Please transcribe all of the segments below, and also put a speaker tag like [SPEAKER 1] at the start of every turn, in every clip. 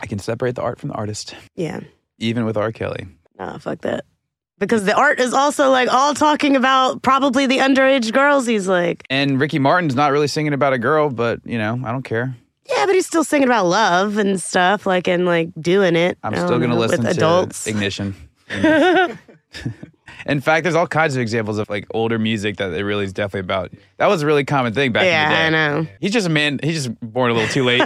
[SPEAKER 1] I can separate the art from the artist,
[SPEAKER 2] Yeah.
[SPEAKER 1] even with R. Kelly.
[SPEAKER 2] No, fuck that. Because the art is also like all talking about probably the underage girls. He's like,
[SPEAKER 1] And Ricky Martin's not really singing about a girl, but you know, I don't care.
[SPEAKER 2] yeah, but he's still singing about love and stuff, like and like doing it.
[SPEAKER 1] I'm
[SPEAKER 2] I don't
[SPEAKER 1] still going to
[SPEAKER 2] know,
[SPEAKER 1] listen
[SPEAKER 2] with
[SPEAKER 1] to
[SPEAKER 2] adults.
[SPEAKER 1] Ignition. In fact, there's all kinds of examples of like older music that it really is definitely about. That was a really common thing back in the day.
[SPEAKER 2] yeah, I know.
[SPEAKER 1] He's just a man. He's just born a little too late.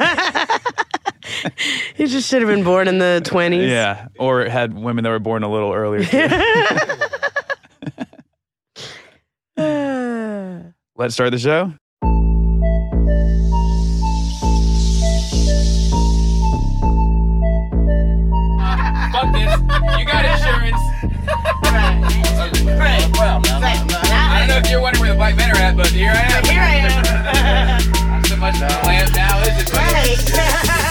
[SPEAKER 2] He just should have been born in the twenties.
[SPEAKER 1] yeah, or had women that were born a little earlier. too. Let's start the show.
[SPEAKER 3] Fuck this. You got insurance. Right. Well, I don't know if you're wondering where the black men are at, but here I am. Here I am. Not so much of a lamp now, is it?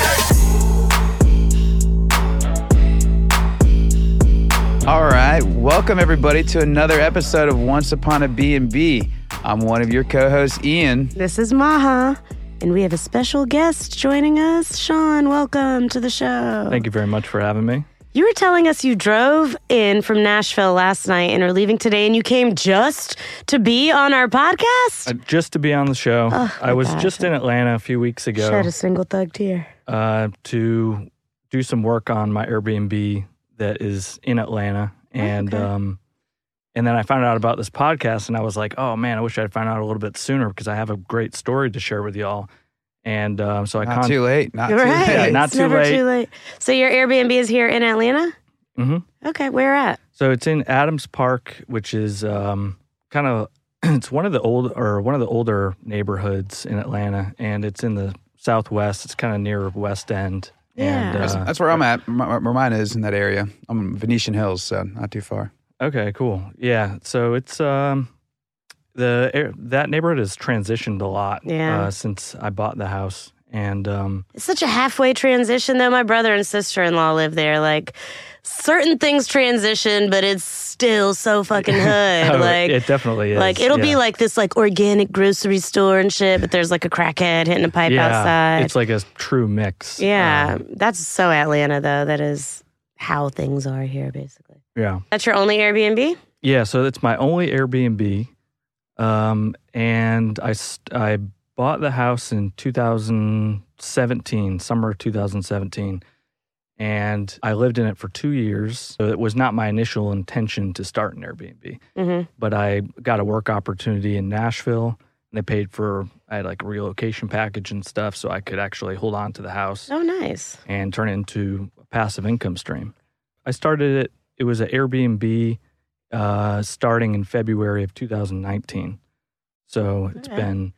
[SPEAKER 1] All right, welcome everybody to another episode of Once Upon a B&B. I'm one of your co-hosts, Ian.
[SPEAKER 2] This is Maha, and we have a special guest joining us. Sean, welcome to the show.
[SPEAKER 4] Thank you very much for having me.
[SPEAKER 2] You were telling us you drove in from Nashville last night and are leaving today, and you came just to be on our podcast.
[SPEAKER 4] Uh, Just to be on the show, I was
[SPEAKER 2] gosh.
[SPEAKER 4] just in Atlanta a few weeks ago
[SPEAKER 2] Shed a single thug tear.
[SPEAKER 4] uh, to do some work on my Airbnb that is in Atlanta, and
[SPEAKER 2] okay.
[SPEAKER 4] um, and then I found out about this podcast, and I was like, oh man, I wish I'd found out a little bit sooner because I have a great story to share with y'all, and um, so I
[SPEAKER 1] Not too late. Not
[SPEAKER 2] You're
[SPEAKER 1] too
[SPEAKER 2] right.
[SPEAKER 1] late.
[SPEAKER 4] Yeah, not
[SPEAKER 2] it's
[SPEAKER 4] too
[SPEAKER 2] never
[SPEAKER 4] late.
[SPEAKER 2] too late. So your Airbnb is here in Atlanta.
[SPEAKER 4] hmm
[SPEAKER 2] Okay, where at?
[SPEAKER 4] So it's in Adams Park, which is um, kind of it's one of the old or one of the older neighborhoods in Atlanta, and it's in the southwest. It's kind of near West End. And,
[SPEAKER 2] Yeah.
[SPEAKER 1] That's,
[SPEAKER 4] uh,
[SPEAKER 1] that's where I'm at. My, where mine is in that area. I'm in Venetian Hills, so not too far.
[SPEAKER 4] okay, cool. Yeah. So it's um, the air- that neighborhood has transitioned a lot
[SPEAKER 2] Yeah.
[SPEAKER 4] uh, since I bought the house, and um,
[SPEAKER 2] It's such a halfway transition, though. My brother and sister in law live there. Like certain things transition, but it's still so fucking hood.
[SPEAKER 4] oh,
[SPEAKER 2] like
[SPEAKER 4] it definitely is.
[SPEAKER 2] Like it'll be
[SPEAKER 4] yeah.
[SPEAKER 2] like this like organic grocery store and shit, but there's like a crackhead hitting a pipe
[SPEAKER 4] yeah,
[SPEAKER 2] outside.
[SPEAKER 4] It's like a true
[SPEAKER 2] uh,
[SPEAKER 4] mix.
[SPEAKER 2] yeah,
[SPEAKER 4] Um,
[SPEAKER 2] that's so Atlanta though. That is how things are here, basically.
[SPEAKER 4] yeah.
[SPEAKER 2] That's your only Airbnb.
[SPEAKER 4] Yeah, so that's my only Airbnb. Um, and I, st- I bought the house in 2017, summer of 2017. And I lived in it for two years. So it was not my initial intention to start an Airbnb,
[SPEAKER 2] hmm
[SPEAKER 4] but I got a work opportunity in Nashville. And they paid for, I had like a relocation package and stuff. So I could actually hold on to the house
[SPEAKER 2] Oh, nice.
[SPEAKER 4] and turn it into a passive income stream. I started it, it was an Airbnb uh, starting in February of 2019. So it's
[SPEAKER 2] Okay.
[SPEAKER 4] been,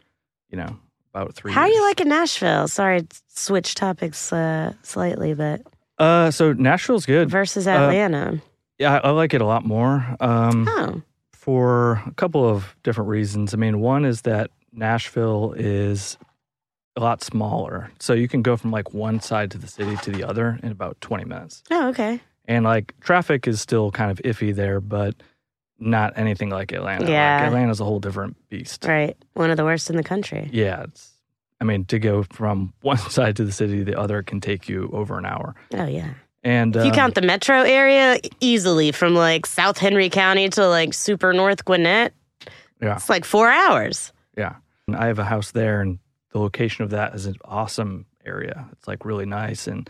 [SPEAKER 4] you know, about three
[SPEAKER 2] How are
[SPEAKER 4] years.
[SPEAKER 2] you liking Nashville? Sorry, to switch topics uh, slightly, but
[SPEAKER 4] Uh, so Nashville's good.
[SPEAKER 2] versus Atlanta.
[SPEAKER 4] Yeah, I, I like it a lot more um,
[SPEAKER 2] oh,
[SPEAKER 4] for a couple of different reasons. I mean, one is that Nashville is a lot smaller. So you can go from like one side to the city to the other in about 20 minutes.
[SPEAKER 2] oh, okay.
[SPEAKER 4] and like traffic is still kind of iffy there, but not anything like Atlanta.
[SPEAKER 2] Yeah.
[SPEAKER 4] like, Atlanta's a whole different beast.
[SPEAKER 2] Right, one of the worst in the country.
[SPEAKER 4] Yeah, it's. I mean, to go from one side to the city to the other can take you over an hour.
[SPEAKER 2] Oh yeah.
[SPEAKER 4] And
[SPEAKER 2] If you
[SPEAKER 4] um,
[SPEAKER 2] count the metro area easily from like South Henry County to like super North Gwinnett,
[SPEAKER 4] Yeah.
[SPEAKER 2] it's like four hours.
[SPEAKER 4] yeah, And I have a house there, and the location of that is an awesome area. It's like really nice, and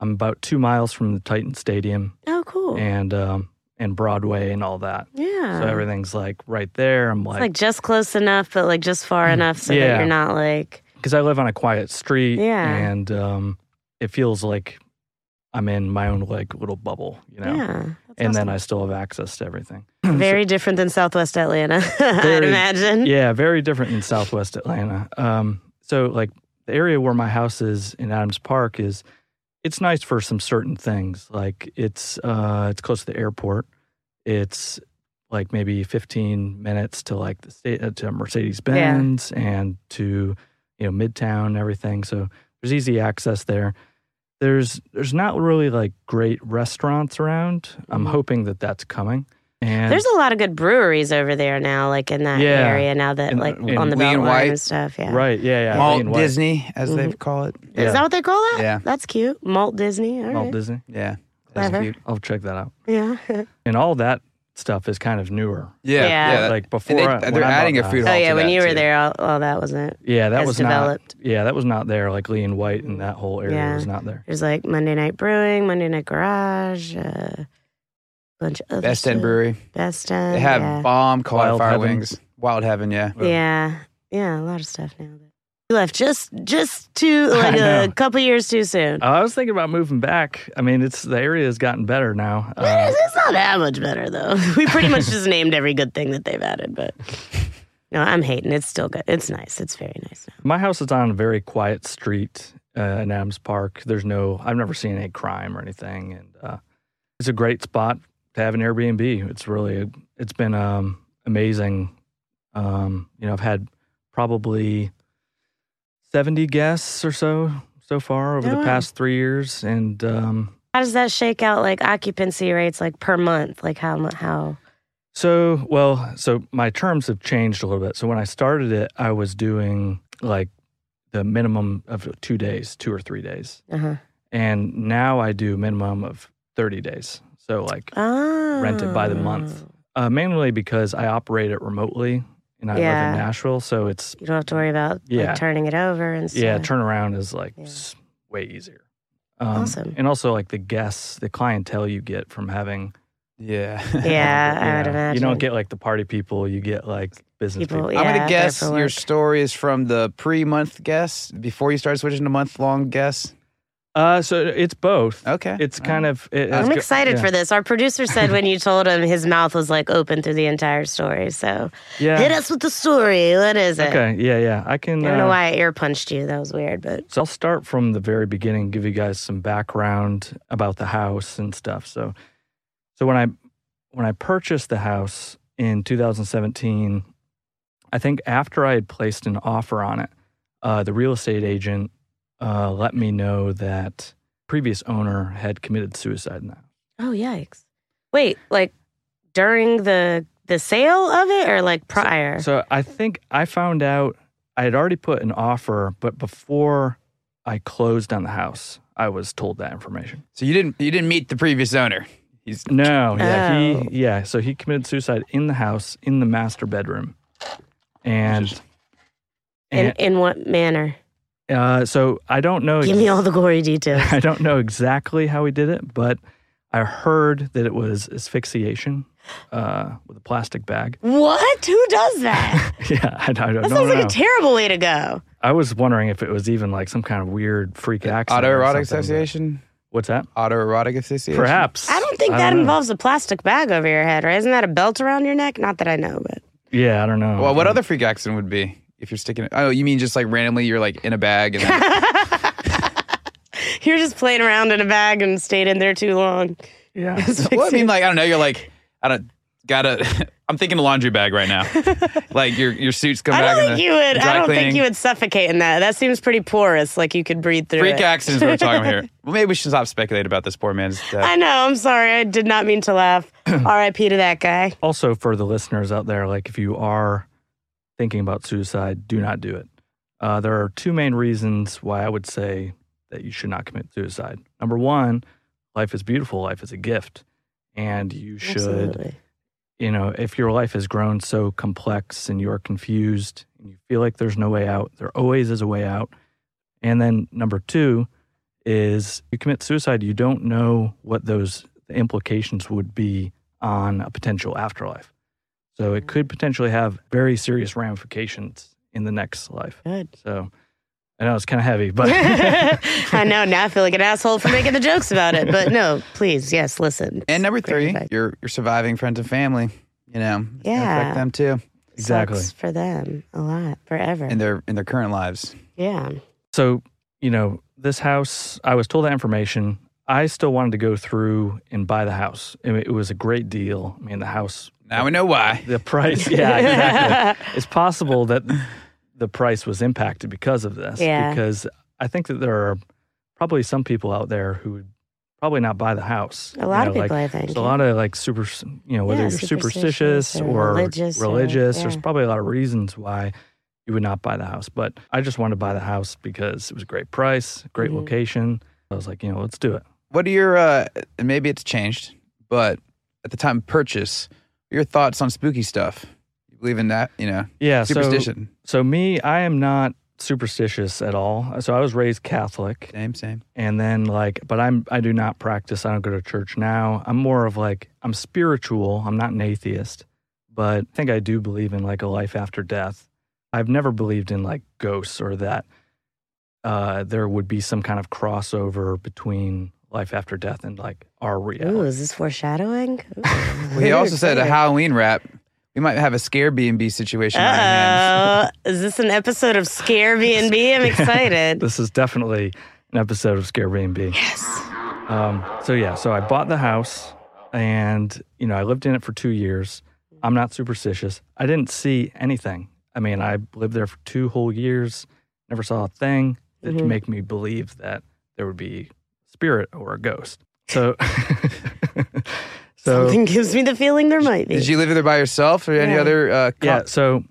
[SPEAKER 4] I'm about two miles from the Titan Stadium
[SPEAKER 2] Oh, cool.
[SPEAKER 4] and um, and Broadway and all that.
[SPEAKER 2] yeah.
[SPEAKER 4] So everything's like right there. I'm
[SPEAKER 2] it's like just close enough, but like just far enough so that
[SPEAKER 4] Yeah.
[SPEAKER 2] you're not like,
[SPEAKER 4] because I live on a quiet street.
[SPEAKER 2] Yeah.
[SPEAKER 4] And um, it feels like I'm in my own like little bubble, you know.
[SPEAKER 2] yeah. That's
[SPEAKER 4] and
[SPEAKER 2] awesome.
[SPEAKER 4] then I still have access to everything.
[SPEAKER 2] very different than Southwest Atlanta, I'd
[SPEAKER 4] Very-
[SPEAKER 2] imagine.
[SPEAKER 4] yeah, very different than Southwest Atlanta. Um, so like the area where my house is in Adams Park is it's nice for some certain things. Like it's uh, it's close to the airport. It's like maybe 15 minutes to like the state uh, to Mercedes Benz and to you know Midtown and everything. So there's easy access there. There's there's not really like great restaurants around. I'm
[SPEAKER 2] Mhm.
[SPEAKER 4] hoping that that's coming. And
[SPEAKER 2] There's a lot of good breweries over there now, like in that
[SPEAKER 4] Yeah.
[SPEAKER 2] area. Now that
[SPEAKER 4] And-
[SPEAKER 2] like
[SPEAKER 4] and
[SPEAKER 2] on the
[SPEAKER 1] Lee and
[SPEAKER 2] Beltline
[SPEAKER 1] White.
[SPEAKER 2] and stuff. Yeah,
[SPEAKER 4] right, yeah, yeah. Lean
[SPEAKER 1] Malt
[SPEAKER 4] White,
[SPEAKER 1] Disney, as they
[SPEAKER 2] Mhm.
[SPEAKER 1] call it.
[SPEAKER 4] yeah.
[SPEAKER 2] Is that what they call that?
[SPEAKER 1] Yeah.
[SPEAKER 2] that's cute. Malt Disney. All right.
[SPEAKER 4] Malt Disney.
[SPEAKER 1] Yeah. That's
[SPEAKER 2] Clever.
[SPEAKER 1] cute.
[SPEAKER 4] I'll check that out.
[SPEAKER 2] Yeah. oh
[SPEAKER 4] And all that stuff is kind of newer.
[SPEAKER 1] Yeah.
[SPEAKER 2] Yeah.
[SPEAKER 1] that-
[SPEAKER 4] like before,
[SPEAKER 1] and they,
[SPEAKER 4] I- when
[SPEAKER 1] they're
[SPEAKER 4] I bought
[SPEAKER 1] adding a
[SPEAKER 4] the
[SPEAKER 1] food
[SPEAKER 4] house-
[SPEAKER 1] hall. to
[SPEAKER 2] Oh, yeah, when
[SPEAKER 1] that,
[SPEAKER 2] you were
[SPEAKER 1] too.
[SPEAKER 2] there, all, all that wasn't.
[SPEAKER 4] Yeah, that
[SPEAKER 2] As
[SPEAKER 4] was
[SPEAKER 2] developed.
[SPEAKER 4] not. Yeah, that was not there. Like Lee and White and that whole area
[SPEAKER 2] Yeah.
[SPEAKER 4] was not there.
[SPEAKER 2] There's like Monday Night Brewing, Monday Night Garage, uh, bunch of other
[SPEAKER 1] Best End
[SPEAKER 2] stuff.
[SPEAKER 1] Brewery.
[SPEAKER 2] Best End.
[SPEAKER 1] They have
[SPEAKER 2] yeah.
[SPEAKER 1] bomb
[SPEAKER 4] Wild
[SPEAKER 1] cauliflower
[SPEAKER 4] Heaven.
[SPEAKER 1] wings. Wild Heaven, yeah.
[SPEAKER 2] yeah, yeah, a lot of stuff now. You left just just too like
[SPEAKER 4] know.
[SPEAKER 2] a couple years too soon.
[SPEAKER 4] I was thinking about moving back. I mean, it's the area has gotten better now. Uh,
[SPEAKER 2] It's it's not that much better though. We pretty much just named every good thing that they've added, but no, I'm hating. It's still good. It's nice. It's very nice now.
[SPEAKER 4] My house is on a very quiet street uh, in Adams Park. There's no, I've never seen any crime or anything, and uh, it's a great spot to have an Airbnb. It's really, it's been um, amazing. Um, you know, I've had probably seventy guests or so so far over
[SPEAKER 2] Oh,
[SPEAKER 4] the
[SPEAKER 2] wow.
[SPEAKER 4] past three years, and um,
[SPEAKER 2] How does that shake out like occupancy rates like per month? Like how mu- how
[SPEAKER 4] So, well, so my terms have changed a little bit. So when I started it, I was doing like the minimum of two days, two or three days.
[SPEAKER 2] uh-huh.
[SPEAKER 4] And now I do minimum of 30 days. So like
[SPEAKER 2] oh.
[SPEAKER 4] Rented by the month. uh, mainly because I operate it remotely and I live
[SPEAKER 2] Yeah.
[SPEAKER 4] in Nashville, so it's
[SPEAKER 2] You don't have to worry about like,
[SPEAKER 4] Yeah.
[SPEAKER 2] turning it over and stuff.
[SPEAKER 4] yeah, turnaround is like
[SPEAKER 2] Yeah.
[SPEAKER 4] s- way easier. Um,
[SPEAKER 2] Awesome.
[SPEAKER 4] And also like the guests, the clientele you get from having
[SPEAKER 1] Yeah.
[SPEAKER 2] yeah, I would
[SPEAKER 4] you, know,
[SPEAKER 2] imagine.
[SPEAKER 4] you don't get like the party people, you get like business people.
[SPEAKER 2] people. Yeah,
[SPEAKER 1] I'm gonna
[SPEAKER 2] there
[SPEAKER 1] guess
[SPEAKER 2] for
[SPEAKER 1] your
[SPEAKER 2] work.
[SPEAKER 1] story is from the pre-month guess before you started switching to month-long guess.
[SPEAKER 4] Uh, so it's both.
[SPEAKER 1] Okay,
[SPEAKER 4] It's kind of. It, it's
[SPEAKER 2] I'm
[SPEAKER 4] go-
[SPEAKER 2] excited
[SPEAKER 4] yeah.
[SPEAKER 2] for this. Our producer said when you told him his mouth was like open through the entire story. So
[SPEAKER 4] Yeah.
[SPEAKER 2] hit us with the story. What is it?
[SPEAKER 4] Okay. Yeah. Yeah. I can.
[SPEAKER 2] I don't know
[SPEAKER 4] uh,
[SPEAKER 2] why I ear punched you. That was weird, but
[SPEAKER 4] So I'll start from the very beginning, give you guys some background about the house and stuff. So, so when I when I purchased the house in 2017, I think after I had placed an offer on it, uh, the real estate agent uh, let me know that previous owner had committed suicide in the house.
[SPEAKER 2] oh yikes! Wait, like during the the sale of it, or like prior?
[SPEAKER 4] So I think I found out I had already put an offer, but before I closed on the house, I was told that information.
[SPEAKER 1] so you didn't you didn't meet the previous owner. He's
[SPEAKER 4] No,
[SPEAKER 2] Oh.
[SPEAKER 4] yeah, he yeah, so he committed suicide in the house in the master bedroom. And
[SPEAKER 2] in
[SPEAKER 4] and
[SPEAKER 2] in what manner?
[SPEAKER 4] uh, so I don't
[SPEAKER 1] Oh,
[SPEAKER 4] know
[SPEAKER 2] Give me all the gory details.
[SPEAKER 4] I don't know exactly how he did it, but I heard that it was asphyxiation uh, with a plastic bag.
[SPEAKER 2] what? Who does that?
[SPEAKER 4] Yeah, I, I don't
[SPEAKER 2] That
[SPEAKER 4] know.
[SPEAKER 2] sounds like a terrible way to go.
[SPEAKER 4] I was wondering if it was even like some kind of weird freak accident. or
[SPEAKER 1] autoerotic
[SPEAKER 4] something, but-
[SPEAKER 1] association.
[SPEAKER 4] What's that?
[SPEAKER 1] Autoerotic association.
[SPEAKER 4] Perhaps.
[SPEAKER 2] I don't think that
[SPEAKER 4] know.
[SPEAKER 2] involves a plastic bag over your head, right? Isn't that a belt around your neck? Not that I know, but
[SPEAKER 4] Yeah, I don't
[SPEAKER 2] Oh,
[SPEAKER 4] know.
[SPEAKER 1] Well, what other freak accident would be if you're sticking? Oh, you mean just like randomly you're like in a bag and then,
[SPEAKER 2] you're just playing around in a bag and stayed in there too long.
[SPEAKER 4] Yeah.
[SPEAKER 1] well, I mean like I don't know. You're like I don't gotta. I'm thinking a laundry bag right now. like your your suits come
[SPEAKER 2] I
[SPEAKER 1] back.
[SPEAKER 2] don't
[SPEAKER 1] in
[SPEAKER 2] think
[SPEAKER 1] the
[SPEAKER 2] you would. I
[SPEAKER 1] dry
[SPEAKER 2] don't think
[SPEAKER 1] cleaning.
[SPEAKER 2] you would suffocate in that. That seems pretty porous. Like you could breathe through
[SPEAKER 1] Freak
[SPEAKER 2] it.
[SPEAKER 1] accidents we're talking about here. Well, maybe we should stop speculating about this poor man's death.
[SPEAKER 2] I know. I'm sorry. I did not mean to laugh. R.I.P. to that guy.
[SPEAKER 4] also for the listeners out there, like if you are thinking about suicide, do not do it. Uh, there are two main reasons why I would say that you should not commit suicide. Number one, life is beautiful. Life is a gift, and you should,
[SPEAKER 2] Absolutely.
[SPEAKER 4] you know, if your life has grown so complex and you are confused and you feel like there's no way out, there always is a way out. And then number two is you commit suicide, you don't know what those implications would be on a potential afterlife. So it could potentially have very serious ramifications in the next life.
[SPEAKER 2] Good.
[SPEAKER 4] So I know it's kind of heavy, but
[SPEAKER 2] I know. Now I feel like an asshole for making the jokes about it. But no, please, yes, listen.
[SPEAKER 1] And number
[SPEAKER 2] Great
[SPEAKER 1] three,
[SPEAKER 2] advice.
[SPEAKER 1] you're you're surviving friends and family. You know, It's gonna
[SPEAKER 2] Yeah.
[SPEAKER 1] affect them too
[SPEAKER 4] exactly.
[SPEAKER 2] Sucks for them a lot forever.
[SPEAKER 1] in their in their current lives.
[SPEAKER 2] yeah.
[SPEAKER 4] So, you know, this house, I was told that information. I still wanted to go through and buy the house. I mean, it was a great deal. I mean, the house,
[SPEAKER 1] Now we know why.
[SPEAKER 4] the price. Yeah, exactly. it's possible that the price was impacted because of this.
[SPEAKER 2] Yeah.
[SPEAKER 4] Because I think that there are probably some people out there who would probably not buy the house.
[SPEAKER 2] A lot of people,
[SPEAKER 4] like,
[SPEAKER 2] I think.
[SPEAKER 4] There's a lot of like super, you know, whether
[SPEAKER 2] Yeah,
[SPEAKER 4] you're
[SPEAKER 2] superstitious
[SPEAKER 4] superstitious
[SPEAKER 2] or
[SPEAKER 4] or
[SPEAKER 2] religious
[SPEAKER 4] religious,
[SPEAKER 2] or-
[SPEAKER 4] there's
[SPEAKER 2] yeah.
[SPEAKER 4] probably a lot of reasons why you would not buy the house. But I just wanted to buy the house because it was a great price, great
[SPEAKER 2] Mhm.
[SPEAKER 4] location. I was like, you know, let's do it.
[SPEAKER 1] What are your, uh, and maybe it's changed, but at the time of purchase, your thoughts on spooky stuff? You believe in that, you know,
[SPEAKER 4] Yeah, so-
[SPEAKER 1] superstition?
[SPEAKER 4] So, me, I am not superstitious at all. So I was raised Catholic,
[SPEAKER 1] same, same.
[SPEAKER 4] and then like, but I'm I do not practice. I don't go to church now. I'm more of like I'm spiritual. I'm not an atheist, but I think I do believe in like a life after death. I've never believed in like ghosts or that uh, there would be some kind of crossover between life after death and like our reality.
[SPEAKER 2] Ooh, is this foreshadowing? Ooh.
[SPEAKER 1] Well, he also said a
[SPEAKER 2] Clear.
[SPEAKER 1] Halloween wrap. We might have a scare B and B situation
[SPEAKER 2] Oh,
[SPEAKER 1] on our hands.
[SPEAKER 2] Uh-oh. Is this an episode of Scare B&B? I'm excited.
[SPEAKER 4] This is definitely an episode of Scare B&B.
[SPEAKER 2] yes.
[SPEAKER 4] Um, so yeah, so I bought the house, and you know I lived in it for two years. I'm not superstitious. I didn't see anything. I mean, I lived there for two whole years. Never saw a thing that
[SPEAKER 2] Mhm.
[SPEAKER 4] make me believe that there would be spirit or a ghost. So, so
[SPEAKER 2] Something gives me the feeling there might be.
[SPEAKER 1] Did you live there by yourself or any
[SPEAKER 2] Yeah.
[SPEAKER 1] other? Uh, co-
[SPEAKER 4] yeah. So,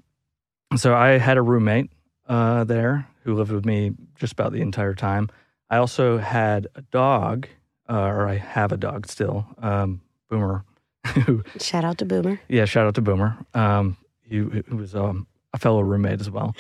[SPEAKER 4] so I had a roommate uh, there who lived with me just about the entire time. I also had a dog, uh, or I have a dog still, um, Boomer, who
[SPEAKER 2] Shout out to Boomer.
[SPEAKER 4] Yeah, shout out to Boomer. Um, he, he was um, a fellow roommate as well.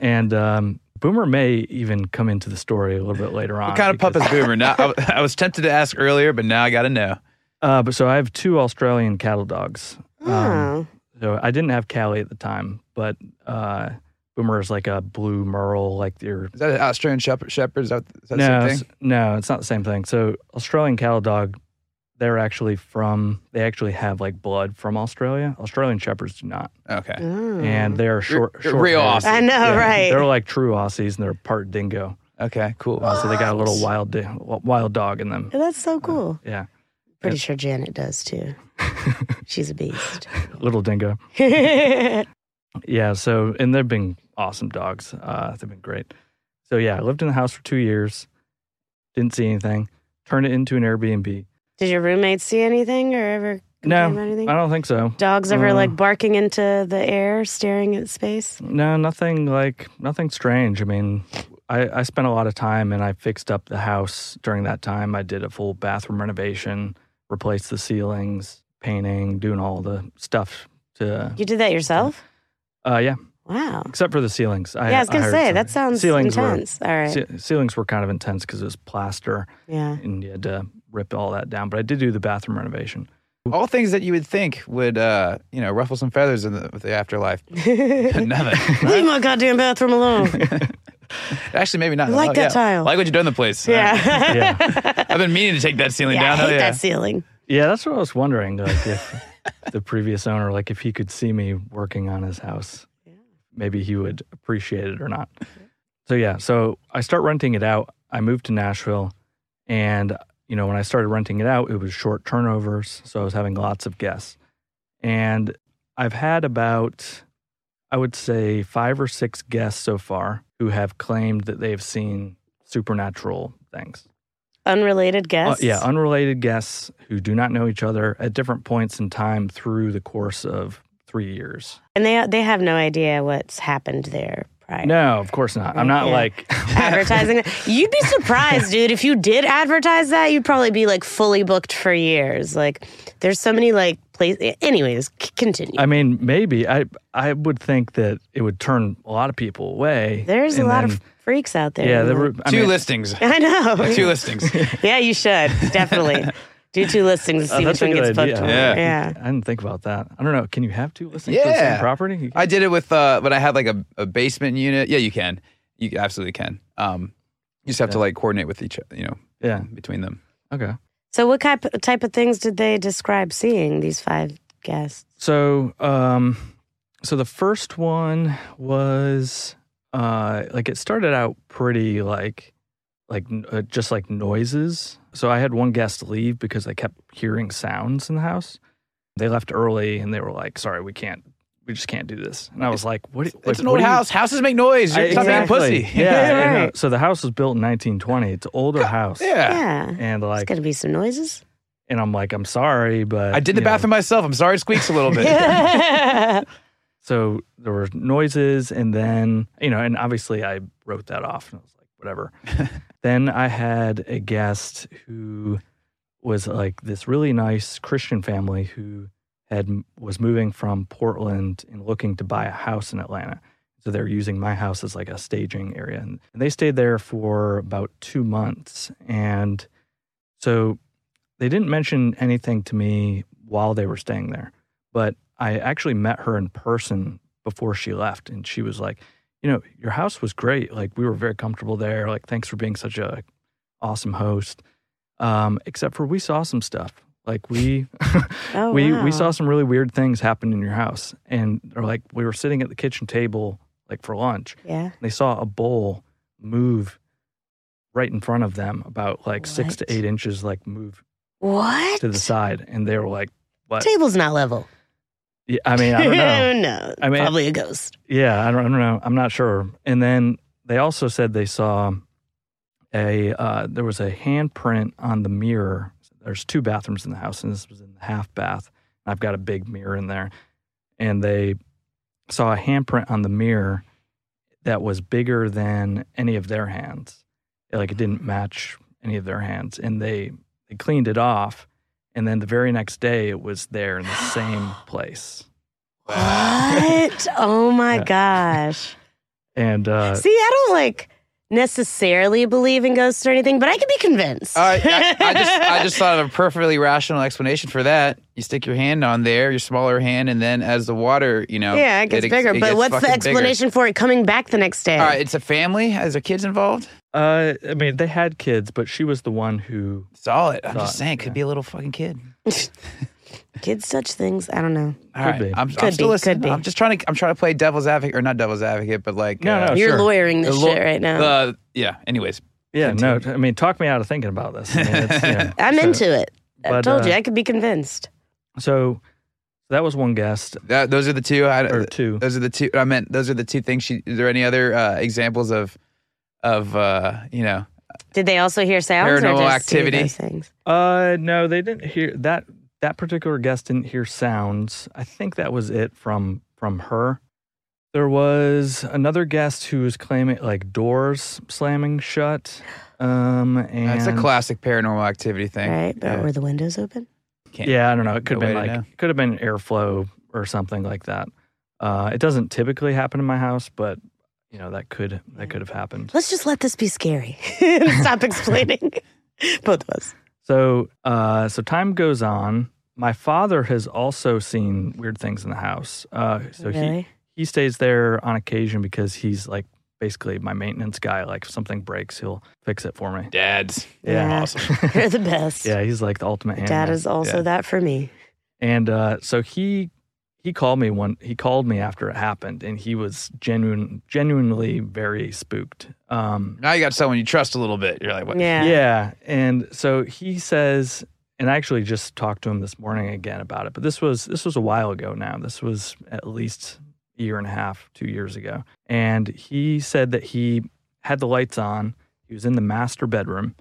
[SPEAKER 4] and um, Boomer may even come into the story a little bit later on.
[SPEAKER 1] What kind of pup
[SPEAKER 4] because-
[SPEAKER 1] is Boomer? Now, I, I was tempted to ask earlier, but now I got to know.
[SPEAKER 4] Uh, but so I have two Australian cattle dogs. Um,
[SPEAKER 2] oh.
[SPEAKER 4] so I didn't have Callie at the time, but uh, Boomer is like a blue merle, like your
[SPEAKER 1] Is that an Australian Shepherd? shepherd? Is that, is that
[SPEAKER 4] no,
[SPEAKER 1] the same
[SPEAKER 4] it's-
[SPEAKER 1] thing?
[SPEAKER 4] no, it's not the same thing. So Australian cattle dog, they're actually from. They actually have like blood from Australia. Australian shepherds do not,
[SPEAKER 1] Okay.
[SPEAKER 2] Oh.
[SPEAKER 4] and they're short.
[SPEAKER 1] Hmm. you're
[SPEAKER 4] short
[SPEAKER 1] real
[SPEAKER 4] haired.
[SPEAKER 1] Aussie.
[SPEAKER 2] I know,
[SPEAKER 4] Yeah,
[SPEAKER 2] Oh, right?
[SPEAKER 4] They're like true Aussies, and they're part dingo,
[SPEAKER 1] Okay, cool.
[SPEAKER 4] Uh, so they got a little wild di- wild dog in them.
[SPEAKER 2] That's so cool.
[SPEAKER 4] Yeah,
[SPEAKER 2] Pretty sure Janet does too. She's a beast.
[SPEAKER 4] little dingo. Yeah, so and they've been awesome dogs. Uh, they've been great. So yeah, I lived in the house for two years, didn't see anything. Turned it into an Airbnb.
[SPEAKER 2] Did your roommates see anything or ever complain
[SPEAKER 4] No,
[SPEAKER 2] about anything?
[SPEAKER 4] I don't think so.
[SPEAKER 2] Dogs ever
[SPEAKER 4] Uh,
[SPEAKER 2] like barking into the air, staring at space?
[SPEAKER 4] No, nothing like nothing strange. I mean, I, I spent a lot of time and I fixed up the house during that time. I did a full bathroom renovation, replaced the ceilings, painting, doing all the stuff to
[SPEAKER 2] You did that yourself?
[SPEAKER 4] uh yeah,
[SPEAKER 2] Wow.
[SPEAKER 4] except for the ceilings. I,
[SPEAKER 2] yeah, I was gonna
[SPEAKER 4] hired
[SPEAKER 2] say that
[SPEAKER 4] somebody.
[SPEAKER 2] sounds
[SPEAKER 4] ceilings
[SPEAKER 2] intense. All
[SPEAKER 4] Were,
[SPEAKER 2] right.
[SPEAKER 4] ce- ceilings were kind of intense because it was plaster
[SPEAKER 2] yeah.
[SPEAKER 4] and you had to rip all that down. But I did do the bathroom renovation.
[SPEAKER 1] All things that you would think would, uh, you know, ruffle some feathers in the, with the afterlife. Nothing.
[SPEAKER 2] Leave my goddamn bathroom alone.
[SPEAKER 1] Actually, maybe not.
[SPEAKER 2] I like
[SPEAKER 1] Oh,
[SPEAKER 2] that
[SPEAKER 1] yeah.
[SPEAKER 2] tile.
[SPEAKER 1] Like what you done to the place.
[SPEAKER 2] yeah.
[SPEAKER 4] Yeah,
[SPEAKER 1] I've been meaning to take that ceiling
[SPEAKER 2] Yeah,
[SPEAKER 1] down.
[SPEAKER 2] I hate
[SPEAKER 1] oh, yeah.
[SPEAKER 2] that ceiling.
[SPEAKER 4] yeah, that's what I was wondering. Like if the previous owner, like if he could see me working on his house, maybe he would appreciate it or not. So yeah, so I start renting it out. I moved to Nashville, and you know when I started renting it out, it was short turnovers, so I was having lots of guests. And I've had about, I would say, five or six guests so far who have claimed that they've seen supernatural things.
[SPEAKER 2] Unrelated
[SPEAKER 4] Uh,
[SPEAKER 2] guests.
[SPEAKER 4] yeah, unrelated guests who do not know each other at different points in time through the course of three years.
[SPEAKER 2] and they they have no idea what's happened there prior.
[SPEAKER 4] No, of course not. I'm not
[SPEAKER 2] Yeah.
[SPEAKER 4] like,
[SPEAKER 2] advertising. You'd be surprised, dude. If you did advertise that, you'd probably be like fully booked for years. Like, there's so many like places. Anyways, c- continue.
[SPEAKER 4] I mean, maybe I I would think that it would turn a lot of people away.
[SPEAKER 2] there's a
[SPEAKER 4] and
[SPEAKER 2] lot
[SPEAKER 4] then-
[SPEAKER 2] of freaks out there.
[SPEAKER 4] yeah.
[SPEAKER 2] you
[SPEAKER 4] There
[SPEAKER 2] know?
[SPEAKER 4] were, I
[SPEAKER 1] Two
[SPEAKER 4] mean,
[SPEAKER 1] listings.
[SPEAKER 2] I know.
[SPEAKER 1] Two listings.
[SPEAKER 2] yeah, you should definitely do two listings to
[SPEAKER 4] Oh,
[SPEAKER 2] see
[SPEAKER 4] that's
[SPEAKER 2] which one
[SPEAKER 4] a
[SPEAKER 2] gets
[SPEAKER 4] good
[SPEAKER 2] booked.
[SPEAKER 4] idea.
[SPEAKER 2] more.
[SPEAKER 1] Yeah.
[SPEAKER 2] yeah.
[SPEAKER 4] I didn't think about that. I don't know. Can you have two listings for the
[SPEAKER 1] Yeah.
[SPEAKER 4] same property?
[SPEAKER 1] I did it with uh, when I had like a, a basement unit. Yeah, you can. You absolutely can. Um, you just have to like coordinate with each, you know,
[SPEAKER 4] Yeah.
[SPEAKER 1] between them.
[SPEAKER 4] Okay.
[SPEAKER 2] So, what type type of things did they describe seeing? These five guests.
[SPEAKER 4] So, um, so the first one was uh, like it started out pretty like, like n- uh, just like noises. So I had one guest leave because they kept hearing sounds in the house. They left early and they were like, "Sorry, we can't we just can't do this. And I was like, what?
[SPEAKER 1] It's an old house. Houses make noise. You're
[SPEAKER 4] I,
[SPEAKER 1] stop being a
[SPEAKER 4] exactly.
[SPEAKER 1] pussy.
[SPEAKER 4] Yeah. and, uh,
[SPEAKER 2] right.
[SPEAKER 4] so the house was built in 1920. It's an older house.
[SPEAKER 1] yeah.
[SPEAKER 2] Yeah.
[SPEAKER 4] And
[SPEAKER 2] There's
[SPEAKER 4] like,
[SPEAKER 2] got to be some noises.
[SPEAKER 4] and I'm like, I'm sorry, but
[SPEAKER 1] I did
[SPEAKER 4] you
[SPEAKER 1] the
[SPEAKER 4] know.
[SPEAKER 1] bathroom myself. I'm sorry it squeaks a little bit.
[SPEAKER 4] So there were noises, and then you know, and obviously I wrote that off, and I was like, whatever. then I had a guest who was like this really nice Christian family who had was moving from Portland and looking to buy a house in Atlanta. So they were using my house as like a staging area, and they stayed there for about two months, and so they didn't mention anything to me while they were staying there but I actually met her in person before she left, and she was like, "You know, your house was great. Like we were very comfortable there. Like thanks for being such a awesome host. Um, except for we saw some stuff. Like we
[SPEAKER 2] oh,
[SPEAKER 4] we
[SPEAKER 2] wow.
[SPEAKER 4] we saw some really weird things happen in your house, and they're like we were sitting at the kitchen table like for lunch,
[SPEAKER 2] Yeah.
[SPEAKER 4] they saw a bowl move right in front of them, about like six
[SPEAKER 2] What?
[SPEAKER 4] to eight inches, like move
[SPEAKER 2] What?
[SPEAKER 4] to the side, and they were like, "What?
[SPEAKER 2] Table's not level.
[SPEAKER 4] Yeah, I mean, I don't know."
[SPEAKER 2] no.
[SPEAKER 4] I mean-
[SPEAKER 2] probably a ghost.
[SPEAKER 4] Yeah, I don't, I don't know. I'm not sure. And then they also said they saw a uh, there was a handprint on the mirror. There's two bathrooms in the house, and this was in the half bath. I've got a big mirror in there, and they saw a handprint on the mirror that was bigger than any of their hands. Like it didn't match any of their hands, and they they cleaned it off. And then the very next day, it was there in the same place.
[SPEAKER 2] What? oh my
[SPEAKER 4] Yeah.
[SPEAKER 2] gosh.
[SPEAKER 4] And uh,
[SPEAKER 2] See, I don't like necessarily believe in ghosts or anything, but I can be convinced.
[SPEAKER 1] All right, I, I just I just thought of a perfectly rational explanation for that. You stick your hand on there, your smaller hand, and then as the water, you know,
[SPEAKER 2] yeah, it gets
[SPEAKER 1] ex-
[SPEAKER 2] bigger.
[SPEAKER 1] it
[SPEAKER 2] but
[SPEAKER 1] gets
[SPEAKER 2] what's the
[SPEAKER 1] fucking bigger.
[SPEAKER 2] explanation for it coming back the next day?
[SPEAKER 1] All right, it's a family. Is there kids involved?
[SPEAKER 4] Uh, I mean, they had kids, but she was the one who.
[SPEAKER 1] Solid. I'm
[SPEAKER 4] Thought,
[SPEAKER 1] just saying, could
[SPEAKER 4] yeah.
[SPEAKER 1] be a little fucking kid.
[SPEAKER 2] Kids touch things. I don't know.
[SPEAKER 1] All
[SPEAKER 4] Could
[SPEAKER 1] right,
[SPEAKER 4] be.
[SPEAKER 1] I'm,
[SPEAKER 2] Could
[SPEAKER 1] I'm still
[SPEAKER 2] be,
[SPEAKER 1] listening.
[SPEAKER 2] could be.
[SPEAKER 1] I'm just trying to. I'm trying to play devil's advocate, or not devil's advocate, but like
[SPEAKER 4] No,
[SPEAKER 1] uh,
[SPEAKER 4] no,
[SPEAKER 2] You're
[SPEAKER 4] Oh, sure.
[SPEAKER 2] lawyering this
[SPEAKER 1] The lo-
[SPEAKER 2] shit right now.
[SPEAKER 1] Uh, yeah. Anyways,
[SPEAKER 4] Yeah,
[SPEAKER 1] Continue.
[SPEAKER 4] no. I mean, talk me out of thinking about this. I mean, it's, yeah.
[SPEAKER 2] I'm
[SPEAKER 4] so,
[SPEAKER 2] into it. I
[SPEAKER 4] but,
[SPEAKER 2] told you
[SPEAKER 4] uh,
[SPEAKER 2] I could be convinced.
[SPEAKER 4] So that was one guest
[SPEAKER 1] that, those are the two. I,
[SPEAKER 4] or two.
[SPEAKER 1] those are the two. I meant those are the two things. She. Is there any other uh, examples of of uh, you know?
[SPEAKER 2] Did they also hear sounds or
[SPEAKER 1] Paranormal
[SPEAKER 2] just
[SPEAKER 1] activity.
[SPEAKER 2] See those things?
[SPEAKER 4] Uh, no, they didn't hear that. That particular guest didn't hear sounds. I think that was it from from her. There was another guest who was claiming like doors slamming shut. Um, and
[SPEAKER 1] That's a classic paranormal activity thing.
[SPEAKER 2] Right, but
[SPEAKER 1] Yeah.
[SPEAKER 2] were the windows open?
[SPEAKER 4] Yeah, I don't know. It could
[SPEAKER 1] No
[SPEAKER 4] have
[SPEAKER 1] way
[SPEAKER 4] been
[SPEAKER 1] to know.
[SPEAKER 4] like it could have been airflow or something like that. Uh, it doesn't typically happen in my house, but you know that could that could have happened.
[SPEAKER 2] Let's just let this be scary. Stop explaining. Both of us.
[SPEAKER 4] So uh, so time goes on. My father has also seen weird things in the house. Uh, so he
[SPEAKER 2] really?
[SPEAKER 4] he stays there on occasion because he's like basically my maintenance guy. Like if something breaks, he'll fix it for me.
[SPEAKER 1] Dads.
[SPEAKER 4] Yeah.
[SPEAKER 1] Awesome.
[SPEAKER 2] You're the best.
[SPEAKER 4] Yeah, he's like the ultimate.
[SPEAKER 2] Dad
[SPEAKER 4] handyman.
[SPEAKER 2] is also
[SPEAKER 1] Yeah.
[SPEAKER 2] that for me.
[SPEAKER 4] And uh, so he he called me one. He called me after it happened, and he was genuine, genuinely very spooked. Um,
[SPEAKER 1] now you got someone you trust a little bit. You're like, what?
[SPEAKER 2] Yeah.
[SPEAKER 4] yeah. And so he says, and I actually just talked to him this morning again about it. But this was this was a while ago now. This was at least a year and a half, two years ago. And he said that he had the lights on. He was in the master bedroom,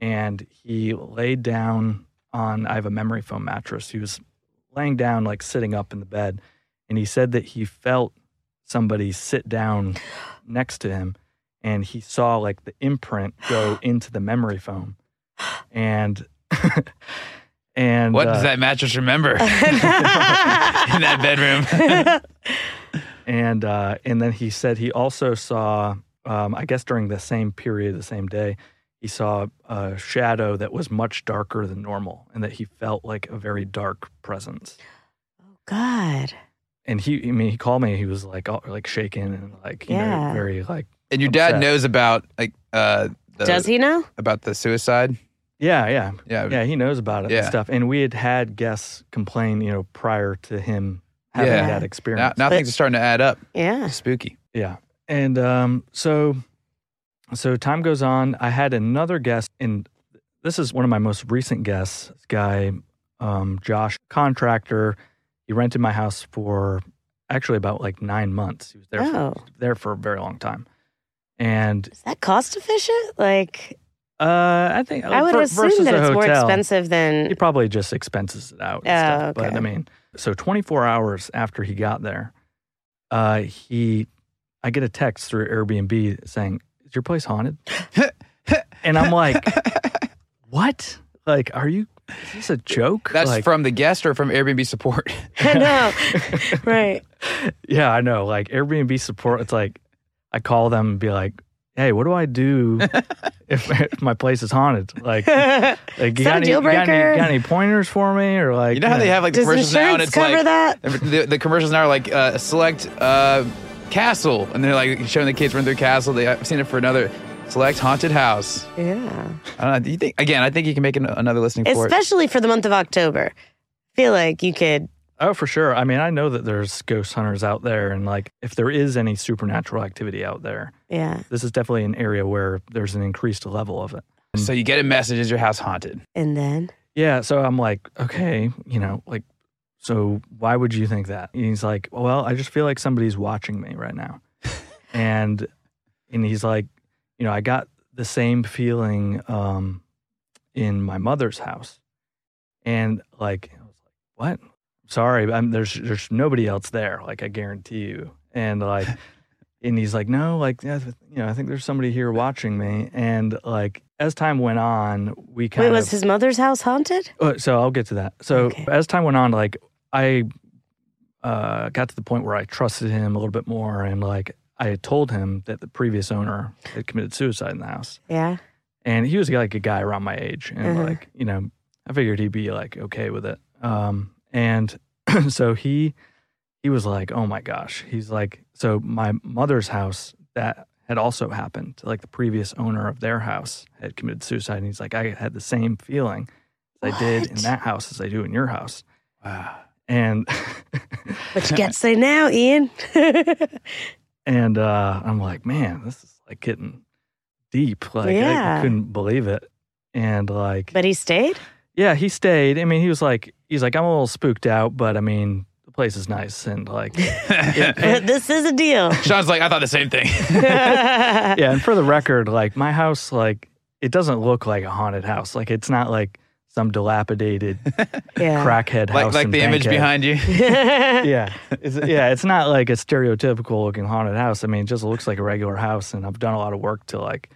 [SPEAKER 4] and he laid down on. I have a memory foam mattress. He was laying down, like sitting up in the bed, and he said that he felt somebody sit down next to him, and he saw like the imprint go into the memory foam, and and
[SPEAKER 1] What does
[SPEAKER 4] uh,
[SPEAKER 1] that mattress remember in that bedroom?
[SPEAKER 4] and uh, and then he said he also saw, um, I guess during the same period, the same day, he saw a shadow that was much darker than normal, and that he felt like a very dark presence.
[SPEAKER 2] Oh, God.
[SPEAKER 4] And he, I mean, he called me. He was like, all, like shaken and like, you
[SPEAKER 2] Yeah.
[SPEAKER 4] know, very like,
[SPEAKER 1] and your dad
[SPEAKER 4] Upset.
[SPEAKER 1] knows about like uh the,
[SPEAKER 2] Does he know?
[SPEAKER 1] about the suicide.
[SPEAKER 4] yeah, yeah,
[SPEAKER 1] Yeah.
[SPEAKER 4] yeah. He knows about it
[SPEAKER 1] Yeah.
[SPEAKER 4] and stuff. And we had had guests complain, you know, prior to him having
[SPEAKER 1] Yeah.
[SPEAKER 4] that
[SPEAKER 1] Now,
[SPEAKER 4] experience.
[SPEAKER 1] now things are starting to add up.
[SPEAKER 2] Yeah.
[SPEAKER 1] Spooky.
[SPEAKER 4] Yeah. And um, so so time goes on. I had another guest, and this is one of my most recent guests, this guy, um, Josh, contractor. He rented my house for actually about like nine months. He was there for,
[SPEAKER 2] Oh,
[SPEAKER 4] there for a very long time, and
[SPEAKER 2] is that cost efficient? Like,
[SPEAKER 4] uh, I think
[SPEAKER 2] I would
[SPEAKER 4] ver- versus
[SPEAKER 2] assume that
[SPEAKER 4] a
[SPEAKER 2] it's more
[SPEAKER 4] hotel,
[SPEAKER 2] expensive
[SPEAKER 4] He
[SPEAKER 2] than.
[SPEAKER 4] probably just expenses it out.
[SPEAKER 2] Oh,
[SPEAKER 4] And stuff. But
[SPEAKER 2] okay.
[SPEAKER 4] I mean, so 24 hours after he got there, uh, he, I get a text through Airbnb saying, "Is your place haunted?" and I'm like, "What? Like, are you? Is this a joke?"
[SPEAKER 1] That's
[SPEAKER 4] like,
[SPEAKER 1] from the guest or from Airbnb support?
[SPEAKER 2] I know, right?
[SPEAKER 4] Yeah, I know. Like Airbnb support, it's like I call them and be like, "Hey, what do I do if, if my place is haunted? Like, like you,
[SPEAKER 2] that a
[SPEAKER 4] got any,
[SPEAKER 2] deal
[SPEAKER 4] you got
[SPEAKER 2] breaker?
[SPEAKER 4] any got any pointers for me or like
[SPEAKER 1] You know how they have like the
[SPEAKER 2] Does
[SPEAKER 1] commercials now, and
[SPEAKER 2] insurance
[SPEAKER 1] it's
[SPEAKER 2] cover
[SPEAKER 1] like
[SPEAKER 2] that?
[SPEAKER 1] the, the commercials now are like uh, select uh, castle, and they're like showing the kids run through castle. They, I've seen it for another select haunted house.
[SPEAKER 2] Yeah,
[SPEAKER 1] I don't know. Do you think again? I think you can make an, another listening for it.
[SPEAKER 2] especially for the month of October. I feel like you could.
[SPEAKER 4] Oh, for sure. I mean, I know that there's ghost hunters out there, and like if there is any supernatural activity out there,
[SPEAKER 2] Yeah,
[SPEAKER 4] this is definitely an area where there's an increased level of it.
[SPEAKER 1] So you get a message: Is your house haunted?
[SPEAKER 2] and then
[SPEAKER 4] Yeah. So I'm like, okay, you know, like, so why would you think that? And he's like, well, I just feel like somebody's watching me right now. and, and he's like, you know, I got the same feeling um, in my mother's house. And like, I was like, what? Sorry, I'm, there's, there's nobody else there. Like, I guarantee you. And like, and he's like, no, like, yeah, you know, I think there's somebody here watching me. And like, as time went on, we kind
[SPEAKER 2] wait,
[SPEAKER 4] of.
[SPEAKER 2] was his mother's house haunted?
[SPEAKER 4] Uh, so I'll get to that. So
[SPEAKER 2] Okay.
[SPEAKER 4] as time went on, like I uh, got to the point where I trusted him a little bit more, and like I had told him that the previous owner had committed suicide in the house,
[SPEAKER 2] Yeah,
[SPEAKER 4] and he was like a guy around my age, and
[SPEAKER 2] Uh-huh.
[SPEAKER 4] like you know, I figured he'd be like okay with it. Um, and so he he was like, oh my gosh, he's like, so my mother's house that had also happened. Like the previous owner of their house had committed suicide, and he's like, I had the same feeling. I did in
[SPEAKER 2] What?
[SPEAKER 4] that house as I do in your house.
[SPEAKER 1] Wow.
[SPEAKER 4] And
[SPEAKER 2] but you got to say now, Ian.
[SPEAKER 4] and uh, I'm like, man, this is like getting deep. Like I,
[SPEAKER 2] Yeah.
[SPEAKER 4] couldn't believe it. And like,
[SPEAKER 2] but he stayed.
[SPEAKER 4] yeah, he stayed. I mean, he was like, he's like, I'm a little spooked out, but I mean, the place is nice and like,
[SPEAKER 2] this is a deal.
[SPEAKER 1] Sean's like, I thought the same thing.
[SPEAKER 2] yeah.
[SPEAKER 4] yeah. And for the record, like my house, like it doesn't look like a haunted house. Like it's not like some dilapidated crackhead
[SPEAKER 1] like
[SPEAKER 4] house.
[SPEAKER 1] like
[SPEAKER 4] in
[SPEAKER 1] the image
[SPEAKER 4] Bankhead.
[SPEAKER 1] behind you.
[SPEAKER 4] yeah, it's, yeah. It's not like a stereotypical looking haunted house. I mean, it just looks like a regular house, and I've done a lot of work to like,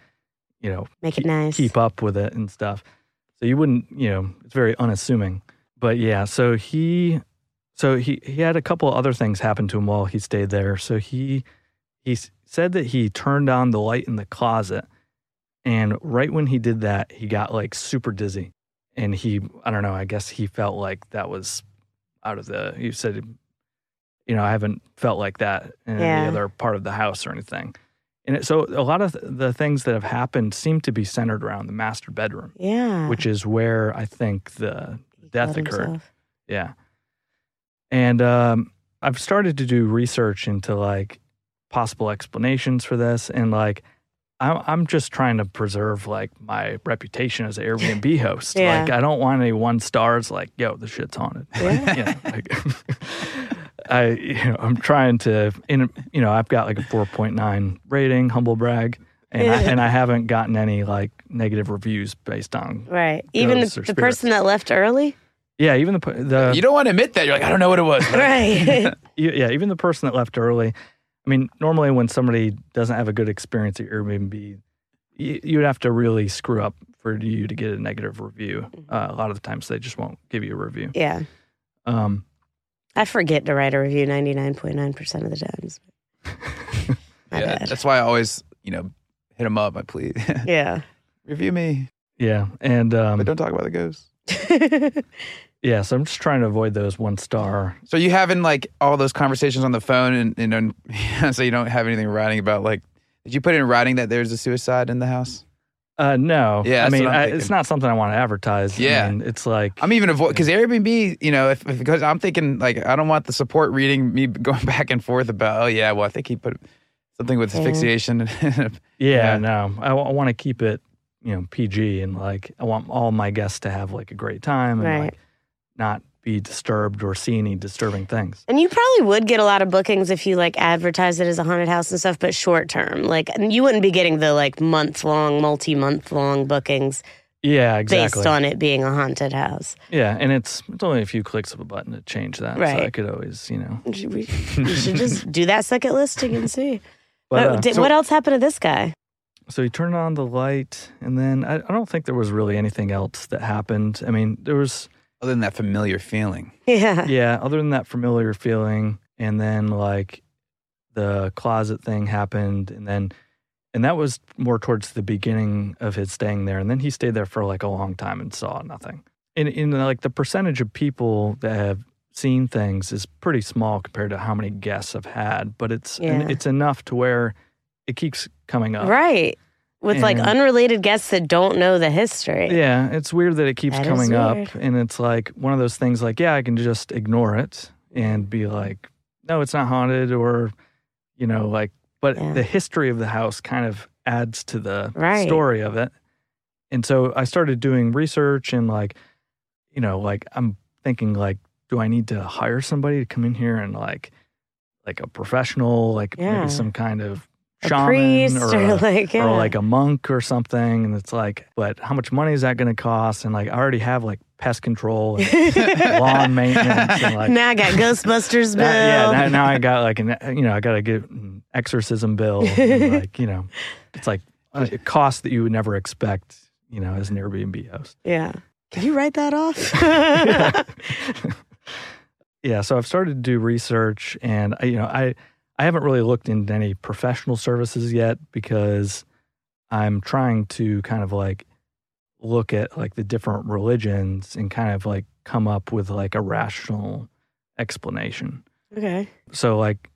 [SPEAKER 4] you know,
[SPEAKER 2] Make
[SPEAKER 4] keep,
[SPEAKER 2] it nice.
[SPEAKER 4] keep up with it and stuff. So you wouldn't, you know, it's very unassuming. But yeah, so he, so he he had a couple other things happen to him while he stayed there. So he he s- said that he turned on the light in the closet, and right when he did that, he got like super dizzy, and he I don't know. I guess he felt like that was out of the. He said, you know, I haven't felt like that in
[SPEAKER 2] Yeah.
[SPEAKER 4] the other part of the house or anything. And it, so a lot of th- the things that have happened seem to be centered around the master bedroom,
[SPEAKER 2] Yeah.
[SPEAKER 4] which is where I think the
[SPEAKER 2] He
[SPEAKER 4] death
[SPEAKER 2] killed
[SPEAKER 4] occurred.
[SPEAKER 2] himself.
[SPEAKER 4] Yeah. And um, I've started to do research into like possible explanations for this. And like, I'm, I'm just trying to preserve like my reputation as an Airbnb host.
[SPEAKER 2] Yeah.
[SPEAKER 4] Like, I don't want any one stars like, yo, the shit's haunted.
[SPEAKER 2] Yeah.
[SPEAKER 4] You know, like, I, you know, I'm trying to, in, you know, I've got like a 4.9 rating, humble brag. And I, and I haven't gotten any like negative reviews based on
[SPEAKER 2] Right. Even the,
[SPEAKER 4] Ghosts or
[SPEAKER 2] the person that left early.
[SPEAKER 4] yeah even the the
[SPEAKER 1] You don't want to admit that. You're like, I don't know what it was. but
[SPEAKER 2] Right.
[SPEAKER 4] E- yeah, even the person that left early. I mean, normally when somebody doesn't have a good experience at Airbnb, you, you'd have to really screw up for you to get a negative review. Uh, a lot of the times they just won't give you a review.
[SPEAKER 2] yeah.
[SPEAKER 4] Um,
[SPEAKER 2] I forget to write a review 99.9% of the times. My
[SPEAKER 1] yeah,
[SPEAKER 2] bad.
[SPEAKER 1] that's why I always, you know, hit him up. I please
[SPEAKER 2] Yeah.
[SPEAKER 1] review me,
[SPEAKER 4] yeah, and
[SPEAKER 1] but
[SPEAKER 4] um,
[SPEAKER 1] don't talk about the ghosts.
[SPEAKER 4] yeah, so I'm just trying to avoid those one star.
[SPEAKER 1] So you having like all those conversations on the phone, and, and, and so you don't have anything in writing about like. Did you put in writing that there's a suicide in the house?
[SPEAKER 4] Uh, no,
[SPEAKER 1] Yeah,
[SPEAKER 4] I
[SPEAKER 1] that's
[SPEAKER 4] mean
[SPEAKER 1] what I'm
[SPEAKER 4] I,
[SPEAKER 1] thinking.
[SPEAKER 4] it's not something I want to advertise. I
[SPEAKER 1] Yeah.
[SPEAKER 4] mean, it's like
[SPEAKER 1] I'm even avoid because Airbnb, you know, if, if because I'm thinking like I don't want the support reading me going back and forth about oh yeah, well I think he put something with
[SPEAKER 4] Mm-hmm.
[SPEAKER 2] Yeah.
[SPEAKER 1] asphyxiation.
[SPEAKER 4] Yeah,
[SPEAKER 1] Yeah.
[SPEAKER 4] no, I, want to keep it, you know, PG and like I want all my guests to have like a great time and
[SPEAKER 2] Right.
[SPEAKER 4] like not be be disturbed or see any disturbing things.
[SPEAKER 2] And you probably would get a lot of bookings if you like advertised it as a haunted house and stuff, but short term. Like you wouldn't be getting the like month long, multi month long bookings
[SPEAKER 4] Yeah, exactly.
[SPEAKER 2] based on it being a haunted house.
[SPEAKER 4] yeah, and it's it's only a few clicks of a button to change that. So
[SPEAKER 2] Right. Oh,
[SPEAKER 4] I could always, you know.
[SPEAKER 2] We, we should just do that second listing and see.
[SPEAKER 4] But,
[SPEAKER 2] What-
[SPEAKER 4] uh,
[SPEAKER 2] did-
[SPEAKER 4] so-
[SPEAKER 2] what else happened to this guy?
[SPEAKER 4] so he turned on the light and then I, I don't think there was really anything else that happened i mean there was
[SPEAKER 1] Other than that familiar feeling.
[SPEAKER 2] Yeah.
[SPEAKER 4] yeah other than that familiar feeling and then like the closet thing happened and then and that was more towards the beginning of his staying there and then he stayed there for like a long time and saw nothing and in like the percentage of people that have seen things is pretty small compared to how many guests have had but it's
[SPEAKER 2] Yeah.
[SPEAKER 4] it's enough to where it keeps coming up
[SPEAKER 2] Right. With like
[SPEAKER 4] And-
[SPEAKER 2] unrelated guests that don't know the history.
[SPEAKER 4] Yeah, it's weird that it keeps
[SPEAKER 2] That is
[SPEAKER 4] coming up.
[SPEAKER 2] weird.
[SPEAKER 4] And it's like one of those things like, yeah, I can just ignore it and be like, no, it's not haunted or, you know, like, but
[SPEAKER 2] Yeah.
[SPEAKER 4] the history of the house kind of adds to the
[SPEAKER 2] Right.
[SPEAKER 4] story of it. And so I started doing research and like, you know, like I'm thinking like, do I need to hire somebody to come in here and like, like a professional, like
[SPEAKER 2] Yeah.
[SPEAKER 4] maybe some kind of
[SPEAKER 2] A
[SPEAKER 4] shaman
[SPEAKER 2] priest or,
[SPEAKER 4] a-
[SPEAKER 2] like, yeah.
[SPEAKER 4] or like a monk or something. And it's like, but how much money is that going to cost? And like, I already have like pest control and lawn maintenance. And like,
[SPEAKER 2] now I got Ghostbusters bill.
[SPEAKER 4] now- yeah, now, now I got like an, you know, I got to get an exorcism bill. and, like, you know, it's like a a cost that you would never expect, you know, as an Airbnb host.
[SPEAKER 2] Yeah. Can you write that off?
[SPEAKER 4] Yeah. So I've started to do research and, I, you know, I, I haven't really looked into any professional services yet because I'm trying to kind of like look at like the different religions and kind of like come up with like a rational explanation.
[SPEAKER 2] okay.
[SPEAKER 4] So like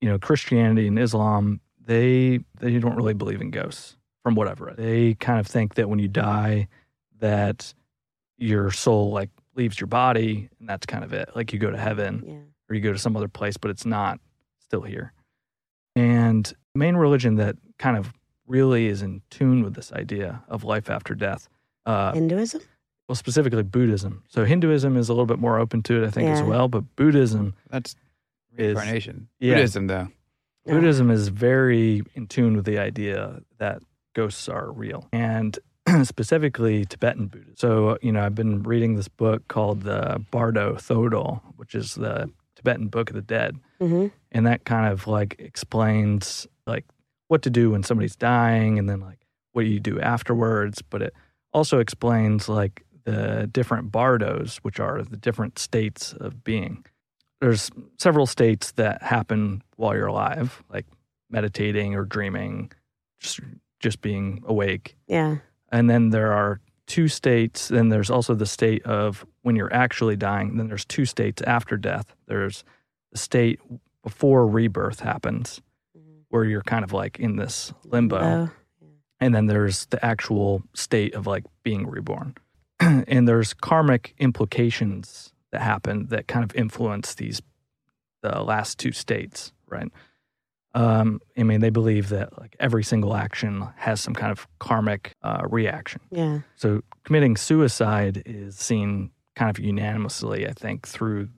[SPEAKER 4] you know Christianity and Islam they they don't really believe in ghosts from whatever. They kind of think that when you die that your soul like leaves your body and that's kind of it. Like you go to heaven
[SPEAKER 2] Yeah.
[SPEAKER 4] or you go to some other place, but it's not still here. And the main religion that kind of really is in tune with this idea of life after death, uh,
[SPEAKER 2] Hinduism?
[SPEAKER 4] well, specifically Buddhism. So Hinduism is a little bit more open to it, I think, as
[SPEAKER 2] Yeah.
[SPEAKER 4] well. But Buddhism,
[SPEAKER 1] That's
[SPEAKER 4] Is-
[SPEAKER 1] reincarnation.
[SPEAKER 4] yeah.
[SPEAKER 1] Buddhism, though.
[SPEAKER 2] Yeah.
[SPEAKER 4] Buddhism is very in tune with the idea that ghosts are real, and specifically Tibetan Buddhism. So you know, I've been reading this book called the Bardo Thodol, which is the Tibetan Book of the Dead.
[SPEAKER 2] hmm
[SPEAKER 4] and that kind of like explains like what to do when somebody's dying and then like what you do afterwards but it also explains like the different bardos which are the different states of being there's several states that happen while you're alive like meditating or dreaming just just being awake
[SPEAKER 2] Yeah.
[SPEAKER 4] and then there are two states then there's also the state of when you're actually dying then there's two states after death there's the state before rebirth happens where you're kind of like in this limbo
[SPEAKER 2] Oh.
[SPEAKER 4] and then there's the actual state of like being reborn and there's karmic implications that happen that kind of influence these the last two states right um, i mean they believe that like every single action has some kind of karmic uh, reaction
[SPEAKER 2] Yeah.
[SPEAKER 4] so committing suicide is seen kind of unanimously, I think, through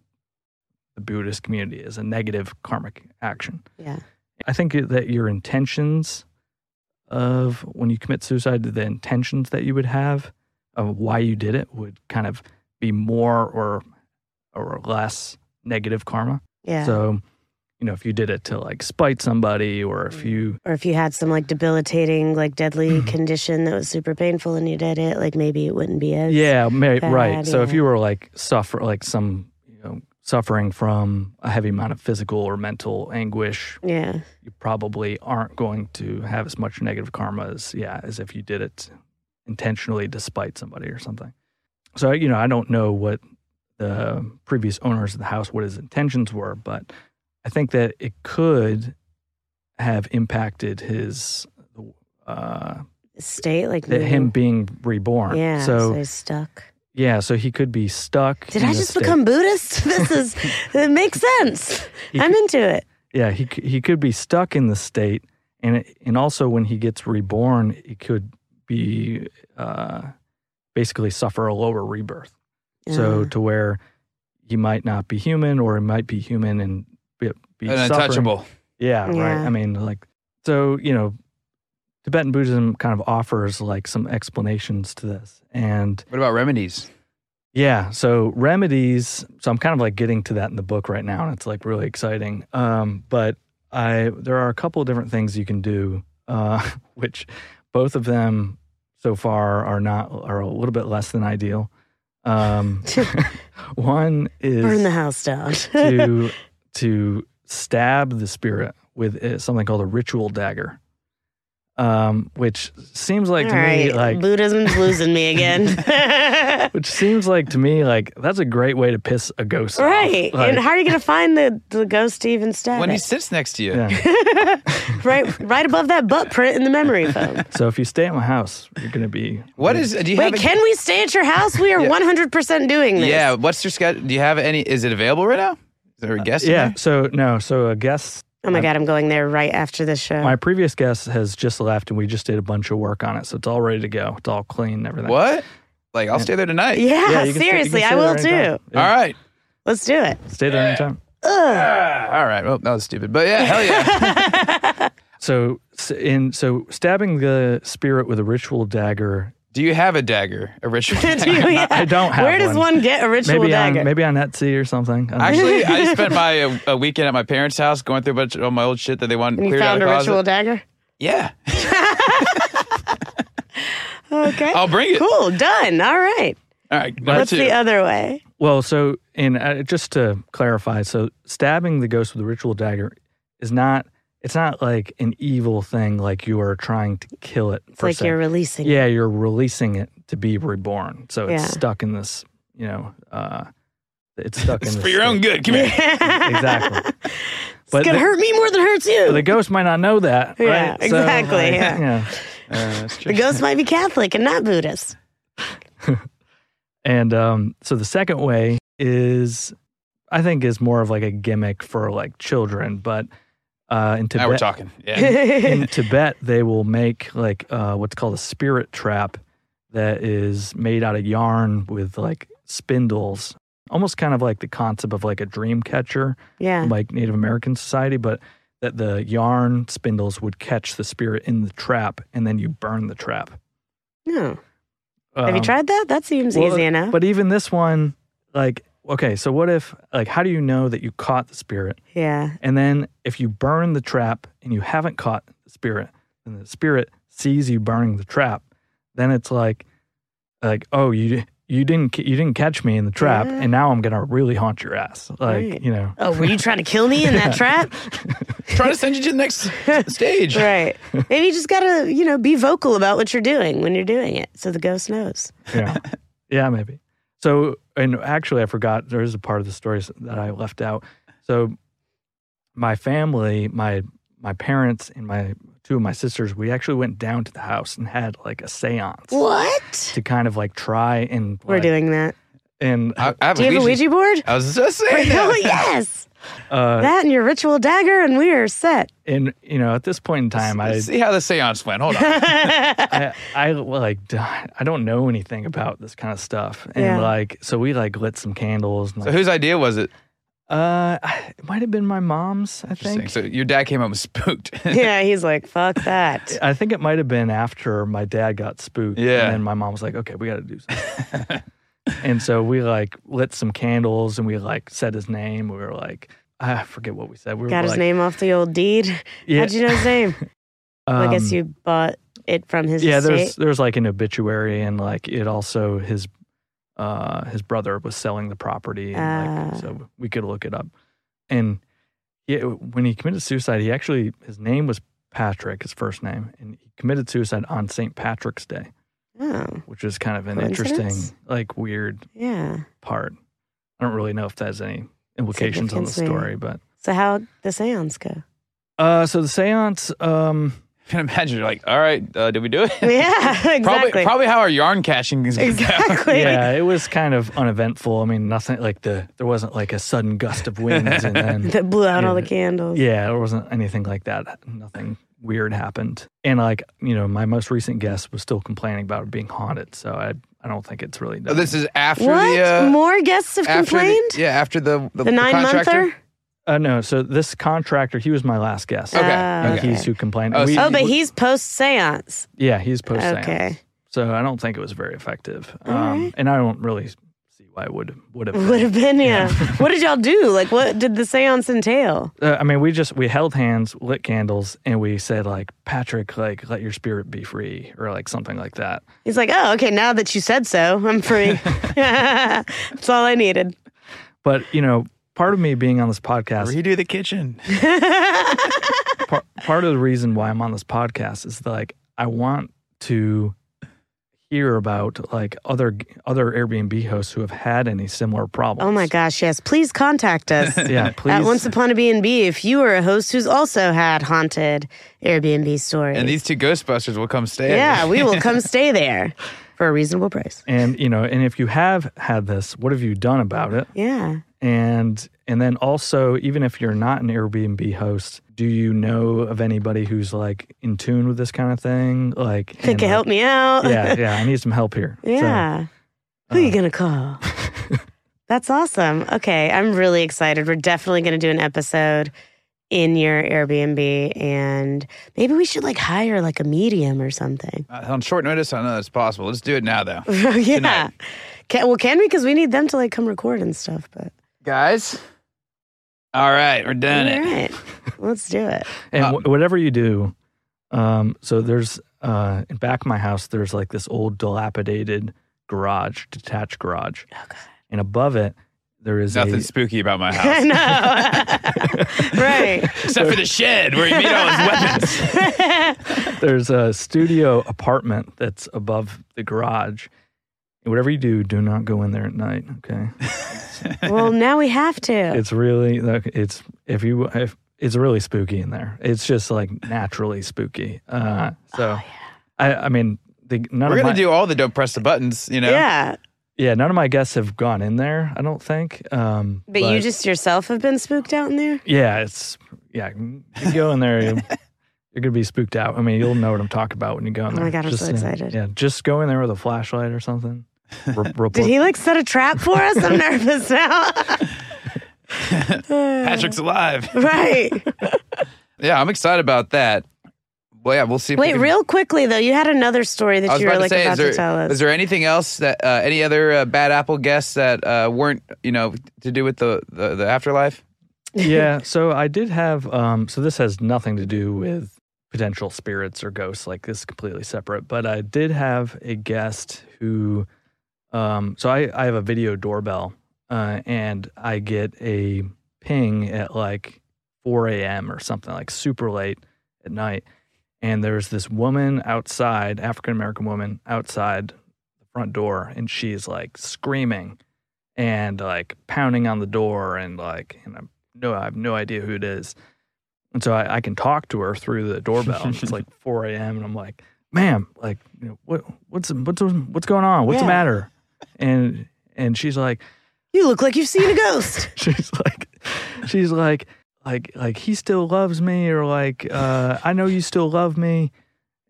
[SPEAKER 4] the Buddhist community as a negative karmic action.
[SPEAKER 2] Yeah.
[SPEAKER 4] I think that your intentions of when you commit suicide, the intentions that you would have of why you did it would kind of be more or or less negative karma.
[SPEAKER 2] Yeah.
[SPEAKER 4] So, you know, if you did it to like spite somebody or if
[SPEAKER 2] Mm.
[SPEAKER 4] you
[SPEAKER 2] or if you had some like debilitating, like deadly condition that was super painful and you did it, like maybe it wouldn't be as.
[SPEAKER 4] yeah ma- right
[SPEAKER 2] bad,
[SPEAKER 4] so if
[SPEAKER 2] yeah.
[SPEAKER 4] you were like suffer like some you know suffering from a heavy amount of physical or mental anguish
[SPEAKER 2] Yeah.
[SPEAKER 4] you probably aren't going to have as much negative karma as yeah as if you did it intentionally despite somebody or something so you know i don't know what the previous owners of the house what his intentions were but i think that it could have impacted his uh
[SPEAKER 2] State, like
[SPEAKER 4] that him being reborn
[SPEAKER 2] Yeah.
[SPEAKER 4] so
[SPEAKER 2] So, he's stuck.
[SPEAKER 4] yeah, so he could be stuck.
[SPEAKER 2] Did
[SPEAKER 4] in
[SPEAKER 2] I
[SPEAKER 4] this
[SPEAKER 2] just
[SPEAKER 4] state.
[SPEAKER 2] become Buddhist? This is, it makes sense.
[SPEAKER 4] He
[SPEAKER 2] I'm into it.
[SPEAKER 4] Yeah, he c- he could be stuck in the state, and it, and also when he gets reborn, he could be uh, basically suffer a lower rebirth. So
[SPEAKER 2] Yeah.
[SPEAKER 4] to where he might not be human or he might be human and be, be
[SPEAKER 1] An
[SPEAKER 4] suffering.
[SPEAKER 1] untouchable.
[SPEAKER 4] Yeah,
[SPEAKER 2] Yeah.
[SPEAKER 4] right. I mean, like, so, you know, Tibetan Buddhism kind of offers like some explanations to this. And
[SPEAKER 1] What about remedies?
[SPEAKER 4] yeah, so remedies. So I'm kind of like getting to that in the book right now, and it's like really exciting. Um, but I there are a couple of different things you can do, uh, which both of them so far are not are a little bit less than ideal. Um, one is
[SPEAKER 2] Burn the house down.
[SPEAKER 4] to to stab the spirit with uh, something called a ritual dagger, um, which seems like
[SPEAKER 2] All
[SPEAKER 4] to me
[SPEAKER 2] right,
[SPEAKER 4] like
[SPEAKER 2] Buddhism's losing me again.
[SPEAKER 4] which seems like to me like that's a great way to piss a ghost. off.
[SPEAKER 2] right.
[SPEAKER 4] Like,
[SPEAKER 2] and how are you going to find the, the ghost to even stab
[SPEAKER 1] When he
[SPEAKER 2] it?
[SPEAKER 1] sits next to you.
[SPEAKER 4] yeah.
[SPEAKER 2] right, right above that butt print in the memory foam.
[SPEAKER 4] so if you stay at my house, you're gonna be
[SPEAKER 1] What is? Do you
[SPEAKER 2] Wait,
[SPEAKER 1] have? a-
[SPEAKER 2] can we stay at your house? We are 100% doing this.
[SPEAKER 1] yeah. What's your schedule? Do you have any? Is it available right now? Is there a guest? in
[SPEAKER 4] Yeah.
[SPEAKER 1] there?
[SPEAKER 4] So no. So a guest.
[SPEAKER 2] Oh my God, I'm going there right after this show.
[SPEAKER 4] My previous guest has just left, and we just did a bunch of work on it, so it's all ready to go. It's all clean, and everything.
[SPEAKER 1] What? Like I'll stay there tonight.
[SPEAKER 2] yeah,
[SPEAKER 4] Yeah, you can stay- you can
[SPEAKER 2] Ah, seriously,
[SPEAKER 4] stay
[SPEAKER 2] I
[SPEAKER 4] there
[SPEAKER 2] will
[SPEAKER 4] anytime.
[SPEAKER 2] too.
[SPEAKER 4] Yeah,
[SPEAKER 1] All right.
[SPEAKER 2] Let's do it.
[SPEAKER 4] stay there anytime.
[SPEAKER 1] All right. Well, that was stupid, but yeah, hell yeah.
[SPEAKER 4] So s- in so stabbing the spirit with a ritual dagger.
[SPEAKER 1] do you have a dagger? A ritual?
[SPEAKER 2] Do
[SPEAKER 1] dagger?
[SPEAKER 2] you- yeah.
[SPEAKER 4] I don't have
[SPEAKER 2] Where does
[SPEAKER 4] one.
[SPEAKER 2] one, get a ritual
[SPEAKER 4] Maybe
[SPEAKER 2] dagger?
[SPEAKER 4] on maybe on Etsy or something. I don't know.
[SPEAKER 1] Actually, I spent my uh, a weekend at my parents' house going through a bunch of all my old shit that they wanted
[SPEAKER 2] you
[SPEAKER 1] cleared out
[SPEAKER 2] found
[SPEAKER 1] of
[SPEAKER 2] a
[SPEAKER 1] the closet.
[SPEAKER 2] ritual dagger?
[SPEAKER 1] Yeah,
[SPEAKER 2] Okay.
[SPEAKER 4] Oh,
[SPEAKER 1] I'll bring it.
[SPEAKER 2] cool. uh, Done. All right.
[SPEAKER 1] All right, number
[SPEAKER 2] What's
[SPEAKER 1] two.
[SPEAKER 2] the other way?
[SPEAKER 4] Well, so and uh, just to clarify, so stabbing the ghost with a ritual dagger is not. It's not like an evil thing. Like you are trying to kill it.
[SPEAKER 2] It's like you're releasing.
[SPEAKER 4] Yeah, you're releasing it to be reborn. So it's
[SPEAKER 2] Yeah.
[SPEAKER 4] stuck in this. You know, uh, it's stuck in
[SPEAKER 1] It's
[SPEAKER 4] this
[SPEAKER 1] for your own good. Come here.
[SPEAKER 4] Exactly.
[SPEAKER 2] It's
[SPEAKER 4] But
[SPEAKER 2] gonna
[SPEAKER 4] the-
[SPEAKER 2] hurt me more than it hurts you.
[SPEAKER 4] the ghost might not know that.
[SPEAKER 2] Yeah,
[SPEAKER 4] right?
[SPEAKER 2] exactly,
[SPEAKER 4] like,
[SPEAKER 2] yeah.
[SPEAKER 1] Uh, that's true.
[SPEAKER 2] the ghost might be Catholic and not Buddhist.
[SPEAKER 4] And um, so the second way is, I think, is more of like a gimmick for like children, but uh, in
[SPEAKER 1] now we're
[SPEAKER 4] Tibet,
[SPEAKER 1] talking. Yeah.
[SPEAKER 4] in Tibet, they will make like uh, what's called a spirit trap that is made out of yarn with like spindles, almost kind of like the concept of like a dream catcher,
[SPEAKER 2] Yeah.
[SPEAKER 4] like Native American society, but that the yarn spindles would catch the spirit in the trap, and then you burn the trap.
[SPEAKER 2] No. Have you
[SPEAKER 4] Um,
[SPEAKER 2] tried that? That seems
[SPEAKER 4] well,
[SPEAKER 2] easy enough.
[SPEAKER 4] But even this one, like, okay, so what if, like, how do you know that you caught the spirit?
[SPEAKER 2] yeah.
[SPEAKER 4] And then if you burn the trap and you haven't caught the spirit, and the spirit sees you burning the trap, then it's like, like, oh, you you didn't ca- you didn't catch me in the trap,
[SPEAKER 2] Yeah.
[SPEAKER 4] and now I'm gonna really haunt your ass, like,
[SPEAKER 2] Right.
[SPEAKER 4] you know.
[SPEAKER 2] Oh, were you trying to kill me in that trap?
[SPEAKER 1] Trying to send you to the next s- stage.
[SPEAKER 2] Right. Maybe you just gotta, you know, be vocal about what you're doing when you're doing it, so the ghost knows.
[SPEAKER 4] yeah, yeah, maybe. So, and actually, I forgot there is a part of the story that I left out. So, my family, my my parents, and my two of my sisters, we actually went down to the house and had like a séance
[SPEAKER 2] What?
[SPEAKER 4] to kind of like try and
[SPEAKER 2] We're
[SPEAKER 4] like-
[SPEAKER 2] doing that.
[SPEAKER 4] and
[SPEAKER 1] I, I have
[SPEAKER 2] Do you have a Ouija board?
[SPEAKER 1] I was just saying
[SPEAKER 2] Oh
[SPEAKER 1] that.
[SPEAKER 2] yes.
[SPEAKER 4] uh,
[SPEAKER 2] That and your ritual dagger, and we are set.
[SPEAKER 4] and you know at this point in time, I.
[SPEAKER 1] Let's see how the seance went. Hold on.
[SPEAKER 4] I, I like d- I don't know anything about this kind of stuff, and
[SPEAKER 2] Yeah.
[SPEAKER 4] like so we like lit some candles. And,
[SPEAKER 1] So
[SPEAKER 4] like,
[SPEAKER 1] whose idea was it?
[SPEAKER 4] uh, it might have been my mom's. I
[SPEAKER 1] Interesting.
[SPEAKER 4] think
[SPEAKER 1] So your dad came home spooked.
[SPEAKER 2] yeah, he's like, fuck that.
[SPEAKER 4] I think it might have been after my dad got spooked.
[SPEAKER 1] Yeah.
[SPEAKER 4] And then my mom was like, okay, we got to do something. and so we like lit some candles and we like said his name. We were like, I forget what we said. We were
[SPEAKER 2] Got his
[SPEAKER 4] like-
[SPEAKER 2] name off the old deed.
[SPEAKER 4] Yeah.
[SPEAKER 2] How'd you know his name? well, I guess
[SPEAKER 4] um,
[SPEAKER 2] you bought it from his
[SPEAKER 4] Yeah,
[SPEAKER 2] estate.
[SPEAKER 4] there's there's like an obituary and like it also his uh his brother was selling the property and
[SPEAKER 2] Ah.
[SPEAKER 4] like, so we could look it up. And yeah, when he committed suicide, he actually his name was Patrick, his first name, and he committed suicide on St. Patrick's Day.
[SPEAKER 2] Oh,
[SPEAKER 4] which is kind of an interesting,
[SPEAKER 2] Coincidence?
[SPEAKER 4] like weird
[SPEAKER 2] yeah.
[SPEAKER 4] part. I don't really know if that has any implications on the
[SPEAKER 2] Significance,
[SPEAKER 4] story, but
[SPEAKER 2] So how the seance go?
[SPEAKER 4] uh, so the seance, um,
[SPEAKER 1] I can imagine you're like, all right, uh, did we do it?
[SPEAKER 2] Yeah, exactly.
[SPEAKER 1] Probably, probably how our yarn caching is going
[SPEAKER 2] Exactly.
[SPEAKER 4] yeah, it was kind of uneventful. I mean, nothing like the there wasn't like a sudden gust of wind, and then
[SPEAKER 2] That blew out all the
[SPEAKER 4] Yeah.
[SPEAKER 2] candles.
[SPEAKER 4] yeah, there wasn't anything like that. Nothing weird happened. And like, you know, my most recent guest was still complaining about it being haunted. So I, I don't think it's really
[SPEAKER 1] Oh,
[SPEAKER 4] done.
[SPEAKER 1] this is after
[SPEAKER 2] What?
[SPEAKER 1] the uh,
[SPEAKER 2] More guests have
[SPEAKER 1] after
[SPEAKER 2] complained?
[SPEAKER 1] The, yeah, after the the,
[SPEAKER 2] the nine
[SPEAKER 1] contractor.
[SPEAKER 2] monther?
[SPEAKER 4] uh, no, so this contractor, he was my last guest.
[SPEAKER 1] Okay,
[SPEAKER 2] Oh,
[SPEAKER 1] okay.
[SPEAKER 4] He's who complained.
[SPEAKER 1] Oh,
[SPEAKER 4] We-
[SPEAKER 1] so-
[SPEAKER 2] Oh, but he's post seance.
[SPEAKER 4] yeah, he's post
[SPEAKER 2] Okay.
[SPEAKER 4] So I don't think it was very effective.
[SPEAKER 2] All
[SPEAKER 4] Um,
[SPEAKER 2] right.
[SPEAKER 4] And I don't really see why it would would have. been.
[SPEAKER 2] Would have been, yeah. what did y'all do? Like, what did the seance entail?
[SPEAKER 4] Uh, I mean, we just we held hands, lit candles, and we said like, Patrick, like let your spirit be free, or like something like that.
[SPEAKER 2] He's like, oh, okay, now that you said so, I'm free. That's all I needed.
[SPEAKER 4] But you know, part of me being on this podcast
[SPEAKER 5] Redo the kitchen.
[SPEAKER 4] par- part of the reason why I'm on this podcast is like I want to hear about like other other Airbnb hosts who have had any similar problems.
[SPEAKER 2] Oh my gosh, yes. Please contact us.
[SPEAKER 4] Yeah, please.
[SPEAKER 2] At Once Upon a B&B, if you are a host who's also had haunted Airbnb stories.
[SPEAKER 1] And these two Ghostbusters will come stay.
[SPEAKER 2] yeah, we will come stay there for a reasonable price.
[SPEAKER 4] and you know, and if you have had this, what have you done about it?
[SPEAKER 2] Yeah.
[SPEAKER 4] And and then also, even if you're not an Airbnb host, do you know of anybody who's like in tune with this kind of thing? Like,
[SPEAKER 2] Could
[SPEAKER 4] and,
[SPEAKER 2] you
[SPEAKER 4] like,
[SPEAKER 2] help me out?
[SPEAKER 4] yeah, yeah, I need some help here. So,
[SPEAKER 2] Yeah.
[SPEAKER 1] uh,
[SPEAKER 2] Who you going to call? That's awesome. Okay. I'm really excited. We're definitely going to do an episode in your Airbnb and maybe we should like hire like a medium or something.
[SPEAKER 1] Uh, on short notice, I know that's possible. Let's do it now, though,
[SPEAKER 2] yeah.
[SPEAKER 1] Tonight.
[SPEAKER 2] Can, well, can we? Because we need them to like come record and stuff. But
[SPEAKER 1] guys. All right, we're done
[SPEAKER 2] all
[SPEAKER 1] it.
[SPEAKER 2] right. Let's do it.
[SPEAKER 4] and
[SPEAKER 1] Um,
[SPEAKER 4] wh- whatever you do um so there's uh in back of my house there's like this old dilapidated garage detached garage
[SPEAKER 2] Oh, God.
[SPEAKER 4] and above it there is
[SPEAKER 1] Nothing
[SPEAKER 4] a
[SPEAKER 1] spooky about my
[SPEAKER 2] I
[SPEAKER 1] house
[SPEAKER 2] know. right.
[SPEAKER 1] except for the shed where he made all his weapons.
[SPEAKER 4] there's a studio apartment that's above the garage and whatever you do do not go in there at night okay
[SPEAKER 2] well, now we have to.
[SPEAKER 4] it's really like, it's if you if it's really spooky in there it's just like naturally spooky uh
[SPEAKER 2] Oh,
[SPEAKER 4] so i i mean the, none
[SPEAKER 1] We're
[SPEAKER 4] of
[SPEAKER 1] gonna
[SPEAKER 4] my,
[SPEAKER 1] do all the don't press the buttons, you know.
[SPEAKER 2] Yeah.
[SPEAKER 4] Yeah, none of my guests have gone in there. I don't think. Um,
[SPEAKER 2] But, you just yourself have been spooked out in there?
[SPEAKER 4] yeah, it's yeah. You go in there, you- you're gonna be spooked out. I mean, you'll know what I'm talking about when you go in
[SPEAKER 2] Oh my
[SPEAKER 4] there.
[SPEAKER 2] God, I'm
[SPEAKER 4] Just,
[SPEAKER 2] so
[SPEAKER 4] uh,
[SPEAKER 2] excited.
[SPEAKER 4] Yeah, just go in there with a flashlight or something. Re- report-
[SPEAKER 2] Did he like set a trap for us? I'm nervous now.
[SPEAKER 1] Patrick's alive.
[SPEAKER 2] right.
[SPEAKER 1] Yeah, I'm excited about that. Well, yeah, we'll see. If we
[SPEAKER 2] Wait,
[SPEAKER 1] can-
[SPEAKER 2] real quickly though, you had another story
[SPEAKER 1] I
[SPEAKER 2] that
[SPEAKER 1] was
[SPEAKER 2] you were
[SPEAKER 1] about
[SPEAKER 2] like
[SPEAKER 1] to say,
[SPEAKER 2] about
[SPEAKER 1] is there,
[SPEAKER 2] to tell us.
[SPEAKER 1] is there anything else that uh, any other uh, bad apple guests that uh, weren't, you know, to do with the the, the afterlife?
[SPEAKER 4] yeah. So I did have. Um, so this has nothing to do with potential spirits or ghosts. Like this is completely separate. But I did have a guest who. Um, so I, I have a video doorbell, uh, and I get a ping at like 4 a.m. or something like super late at night, and there's this woman outside, African American woman outside the front door, and she's like screaming. And like pounding on the door, and like, and I'm no, I have no idea who it is. And so I, I can talk to her through the doorbell. And it's like 4 a.m. and I'm like, ma'am, like, you know, what, what's, what's, what's going on? What's the
[SPEAKER 2] Yeah.
[SPEAKER 4] matter? And, and she's like,
[SPEAKER 2] you look like you've seen a ghost.
[SPEAKER 4] she's like, she's like, like, like he still loves me or like, uh, I know you still love me.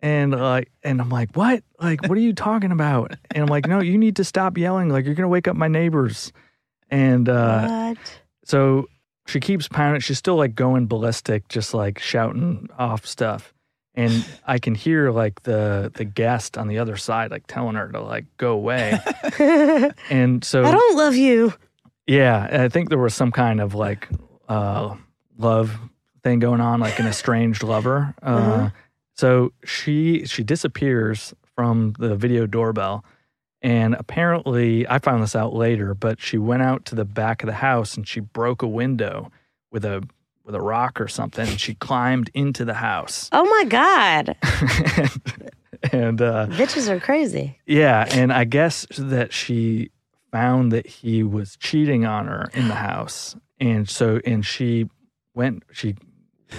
[SPEAKER 4] And like, and I'm like, what? Like, what are you talking about? And I'm like, no, you need to stop yelling. Like, you're going to wake up my neighbors. And, uh,
[SPEAKER 2] what?
[SPEAKER 4] so she keeps pounding. She's still like going ballistic, just like shouting off stuff. And I can hear like the the guest on the other side like telling her to like go away. and so
[SPEAKER 2] I don't love you.
[SPEAKER 4] yeah, and I think there was some kind of like uh, love thing going on, like an estranged lover. Uh,
[SPEAKER 2] Uh-huh.
[SPEAKER 4] So she she disappears from the video doorbell, and apparently I found this out later, but she went out to the back of the house and she broke a window with a with a rock or something. And she climbed into the house,
[SPEAKER 2] Oh my god.
[SPEAKER 4] and uh,
[SPEAKER 2] Bitches are crazy.
[SPEAKER 4] yeah, and I guess that she found that he was cheating on her in the house, and so and she went, she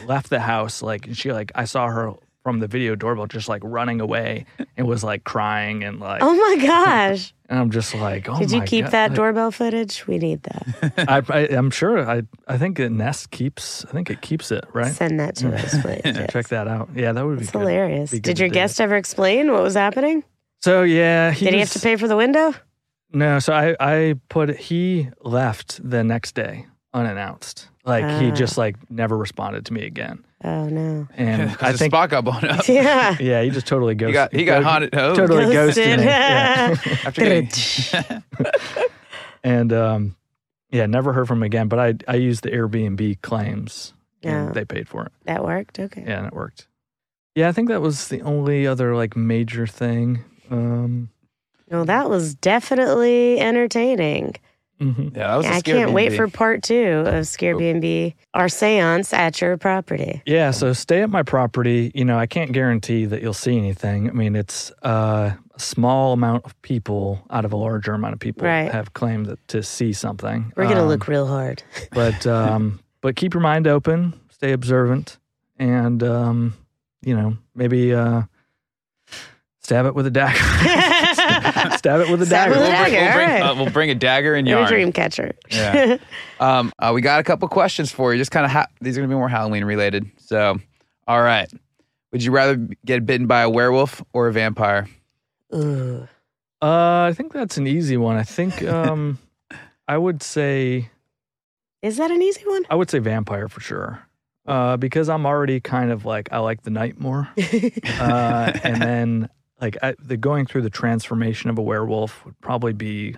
[SPEAKER 4] left the house like, and she like I saw her from the video doorbell just like running away and was like crying and like
[SPEAKER 2] Oh my gosh.
[SPEAKER 4] and I'm just like oh
[SPEAKER 2] Did you
[SPEAKER 4] my
[SPEAKER 2] keep
[SPEAKER 4] God.
[SPEAKER 2] that
[SPEAKER 4] Like,
[SPEAKER 2] doorbell footage? We need that.
[SPEAKER 4] I, I I'm sure I I think it Nest keeps I think it keeps it right
[SPEAKER 2] Send that to us, please. Yes.
[SPEAKER 4] check that out yeah that would be
[SPEAKER 2] It's
[SPEAKER 4] good.
[SPEAKER 2] hilarious.
[SPEAKER 4] Be good
[SPEAKER 2] Did
[SPEAKER 4] to
[SPEAKER 2] your
[SPEAKER 4] do
[SPEAKER 2] guest ever explain what was happening?
[SPEAKER 4] so yeah
[SPEAKER 2] Did he have
[SPEAKER 4] just-
[SPEAKER 2] to pay for the window?
[SPEAKER 4] No, so I I put he left the next day unannounced. Like he
[SPEAKER 2] Ah.
[SPEAKER 4] just like never responded to me again.
[SPEAKER 2] Oh no.
[SPEAKER 4] And I
[SPEAKER 1] think
[SPEAKER 4] think
[SPEAKER 1] Spock got blown up.
[SPEAKER 2] Yeah.
[SPEAKER 4] yeah, he just totally ghosted.
[SPEAKER 1] He got he got haunted. Oh,
[SPEAKER 4] Totally
[SPEAKER 2] Ghosted.
[SPEAKER 4] ghosted. me. Yeah.
[SPEAKER 1] After getting-
[SPEAKER 4] and um yeah, never heard from him again, but I I used the Airbnb claims.
[SPEAKER 2] Yeah.
[SPEAKER 4] And they paid for it.
[SPEAKER 2] That worked. Okay.
[SPEAKER 4] Yeah, and it worked. Yeah, I think that was the only other like major thing. Um
[SPEAKER 2] Well, that was definitely entertaining.
[SPEAKER 4] mhm.
[SPEAKER 1] yeah, that was a
[SPEAKER 2] I
[SPEAKER 1] scary
[SPEAKER 2] can't wait
[SPEAKER 1] movie.
[SPEAKER 2] for part two of Scare
[SPEAKER 1] Oh.
[SPEAKER 2] B&B, our seance at your property.
[SPEAKER 4] Yeah, so stay at my property. You know, I can't guarantee that you'll see anything. I mean, it's uh, a small amount of people out of a larger amount of people
[SPEAKER 2] Right.
[SPEAKER 4] have claimed that, to see something.
[SPEAKER 2] We're going to
[SPEAKER 4] Um,
[SPEAKER 2] look real hard.
[SPEAKER 4] but um, but keep your mind open, stay observant, and um, you know maybe uh, stab it with a dagger. stab it with a
[SPEAKER 2] Stab it with
[SPEAKER 4] dagger.
[SPEAKER 1] We'll
[SPEAKER 2] a
[SPEAKER 1] bring,
[SPEAKER 2] dagger,
[SPEAKER 1] we'll, bring,
[SPEAKER 2] alright.
[SPEAKER 1] uh, we'll bring a dagger and
[SPEAKER 2] You're a
[SPEAKER 1] yarn.
[SPEAKER 2] dream catcher.
[SPEAKER 1] Yeah. Um, uh, we got a couple questions for you. Just kind of ha- these are gonna be more Halloween related. So, all right, would you rather get bitten by a werewolf or a vampire?
[SPEAKER 2] Ooh.
[SPEAKER 4] Uh, I think that's an easy one. I think um, I would say
[SPEAKER 2] Is that an easy one?
[SPEAKER 4] I would say vampire for sure. Uh, because I'm already kind of like I like the night more, uh, and then like I, the going through the transformation of a werewolf would probably be,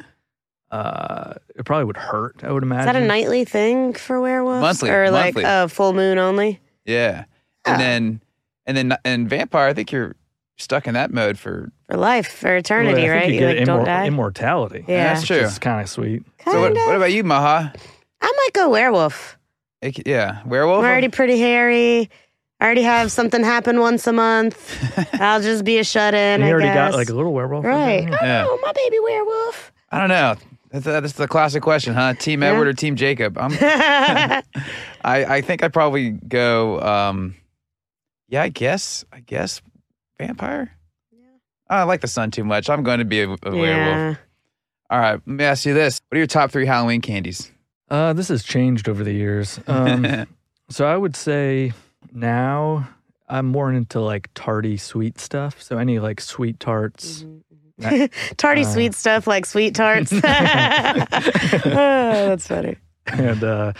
[SPEAKER 4] uh, it probably would hurt. I would
[SPEAKER 2] Is
[SPEAKER 4] imagine.
[SPEAKER 2] that a nightly thing for werewolves?
[SPEAKER 1] Monthly,
[SPEAKER 2] Or like
[SPEAKER 1] monthly.
[SPEAKER 2] uh, full moon only?
[SPEAKER 1] Yeah, and
[SPEAKER 2] Oh.
[SPEAKER 1] then and then and vampire. I think you're stuck in that mode for.
[SPEAKER 2] For life, for
[SPEAKER 4] Well, I
[SPEAKER 2] eternity,
[SPEAKER 4] think
[SPEAKER 2] right?
[SPEAKER 4] You
[SPEAKER 2] You,
[SPEAKER 4] get
[SPEAKER 2] like, don't
[SPEAKER 4] immor-
[SPEAKER 2] die?
[SPEAKER 4] immortality.
[SPEAKER 2] Yeah.
[SPEAKER 1] That's
[SPEAKER 4] which
[SPEAKER 1] true.
[SPEAKER 4] is kind of sweet.
[SPEAKER 2] kind
[SPEAKER 1] so what,
[SPEAKER 2] of.
[SPEAKER 1] what about you, Maha?
[SPEAKER 2] I might go werewolf.
[SPEAKER 1] It c- yeah, werewolf.
[SPEAKER 2] I'm already pretty hairy. I already have something happen once a month. I'll just be a shut in.
[SPEAKER 4] And
[SPEAKER 2] I
[SPEAKER 4] you already
[SPEAKER 2] guess.
[SPEAKER 4] got like a little werewolf. in
[SPEAKER 2] Right.
[SPEAKER 4] there.
[SPEAKER 1] Yeah.
[SPEAKER 2] Oh, my baby werewolf.
[SPEAKER 1] I don't know. That's, uh, that's the classic question, huh? Team Edward or Team Jacob? I'm, I I think I'd probably go. um Yeah, I guess. I guess vampire. I like the sun too much. I'm going to be a, a werewolf.
[SPEAKER 2] yeah.
[SPEAKER 1] All right, let me ask you this: What are your top three Halloween candies?
[SPEAKER 4] Uh, this has changed over the years. Um, so I would say now I'm more into like tarty sweet stuff. So any like sweet
[SPEAKER 2] Mm-hmm.
[SPEAKER 4] tarts.
[SPEAKER 2] Tardy
[SPEAKER 4] Uh,
[SPEAKER 2] sweet stuff like sweet tarts. oh, that's funny.
[SPEAKER 4] and uh,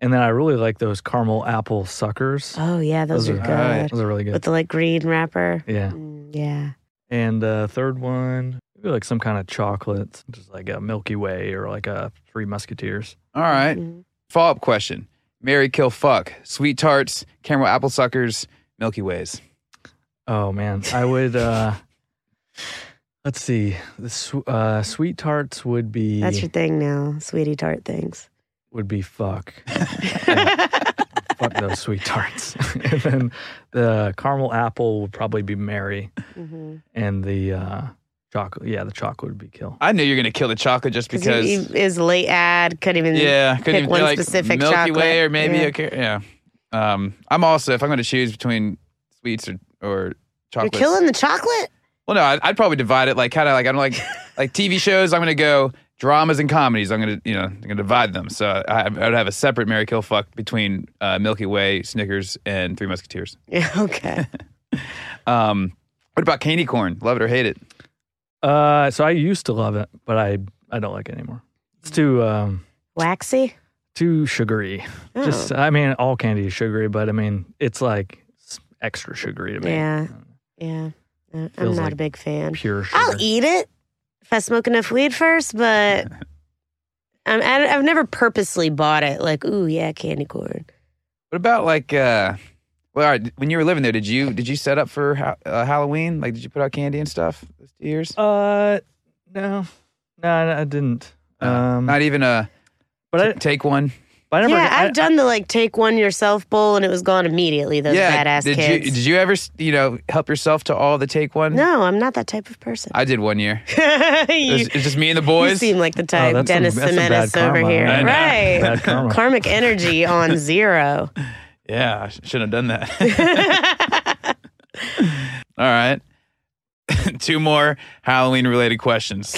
[SPEAKER 4] and then I really like those caramel apple suckers.
[SPEAKER 2] Oh, yeah, those, are,
[SPEAKER 1] all right.
[SPEAKER 2] good.
[SPEAKER 4] Those are really
[SPEAKER 2] With
[SPEAKER 4] good.
[SPEAKER 2] the like green wrapper.
[SPEAKER 4] Yeah.
[SPEAKER 2] Mm, yeah.
[SPEAKER 4] And uh, third one, maybe like some kind of chocolate, just like a Milky Way or like a Three Musketeers.
[SPEAKER 1] All right.
[SPEAKER 2] Mhm.
[SPEAKER 1] Follow up question: Mary kill fuck sweet tarts, caramel apple suckers, Milky Ways.
[SPEAKER 4] Oh man, I would. uh Let's see. The sw- uh, sweet tarts would be
[SPEAKER 2] That's your thing now, sweetie tart things.
[SPEAKER 4] would be fuck. Yeah. fuck those sweet tarts. and then the caramel apple would probably be Mary,
[SPEAKER 2] Mhm.
[SPEAKER 4] and the uh, chocolate. Yeah, the chocolate would be kill.
[SPEAKER 1] I knew you were gonna kill the chocolate just because.
[SPEAKER 2] he, he is a late ad, couldn't even.
[SPEAKER 1] yeah, couldn't
[SPEAKER 2] pick
[SPEAKER 1] even
[SPEAKER 2] one
[SPEAKER 1] be like
[SPEAKER 2] specific
[SPEAKER 1] Milky
[SPEAKER 2] chocolate.
[SPEAKER 1] Way or maybe
[SPEAKER 2] Yeah.
[SPEAKER 1] a car- yeah. Um, I'm also if I'm gonna choose between sweets or or
[SPEAKER 2] You're
[SPEAKER 1] chocolate.
[SPEAKER 2] killing the chocolate?
[SPEAKER 1] Well, no, I'd, I'd probably divide it like kind of like I'm like like TV shows. I'm gonna go dramas and comedies. I'm gonna you know I'm gonna divide them. So I, I would have a separate Mary Kill Fuck between uh, Milky Way, Snickers, and Three Musketeers.
[SPEAKER 2] Yeah, okay.
[SPEAKER 1] Um, what about candy corn? Love it or hate it?
[SPEAKER 4] Uh, so I used to love it, but I I don't like it anymore. It's too um,
[SPEAKER 2] Waxy? Oh,
[SPEAKER 4] too sugary.
[SPEAKER 2] Hmm.
[SPEAKER 4] Just I mean, all candy is sugary, but I mean, it's like s- extra sugary to me.
[SPEAKER 2] Yeah. Yeah. Uh, I'm
[SPEAKER 4] Feels
[SPEAKER 2] not
[SPEAKER 4] like
[SPEAKER 2] a big fan.
[SPEAKER 4] Pure sugar.
[SPEAKER 2] I'll eat it if I smoke enough weed first, but I'm, I- I've never purposely bought it. Like, ooh, yeah, candy corn.
[SPEAKER 1] What about like uh, well, all right, when you were living there, did you did you set up for ha- uh, Halloween? Like, did you put out candy and stuff those two years?
[SPEAKER 4] Uh, no, no, no, I didn't. Um,
[SPEAKER 1] Uh, Not e- even a
[SPEAKER 4] but I,
[SPEAKER 1] take one.
[SPEAKER 4] but I never.
[SPEAKER 2] yeah,
[SPEAKER 4] I,
[SPEAKER 2] I've done the like take one yourself bowl, and it was gone immediately. Those badass
[SPEAKER 1] did
[SPEAKER 2] kids.
[SPEAKER 1] you did you ever you know help yourself to all the take one?
[SPEAKER 2] no, I'm not that type of person.
[SPEAKER 1] I did one year. It
[SPEAKER 2] you,
[SPEAKER 1] was, it was just me and the
[SPEAKER 2] you
[SPEAKER 1] boys.
[SPEAKER 2] seem like the
[SPEAKER 4] Oh,
[SPEAKER 2] type
[SPEAKER 4] that's some-
[SPEAKER 2] Dennis
[SPEAKER 4] that's some bad
[SPEAKER 2] Semenis over
[SPEAKER 4] karma.
[SPEAKER 2] here,
[SPEAKER 1] I know.
[SPEAKER 2] right?
[SPEAKER 4] Bad karma.
[SPEAKER 2] Karmic energy on zero.
[SPEAKER 1] Yeah, I sh- shouldn't have done that. All right. Two more Halloween related questions.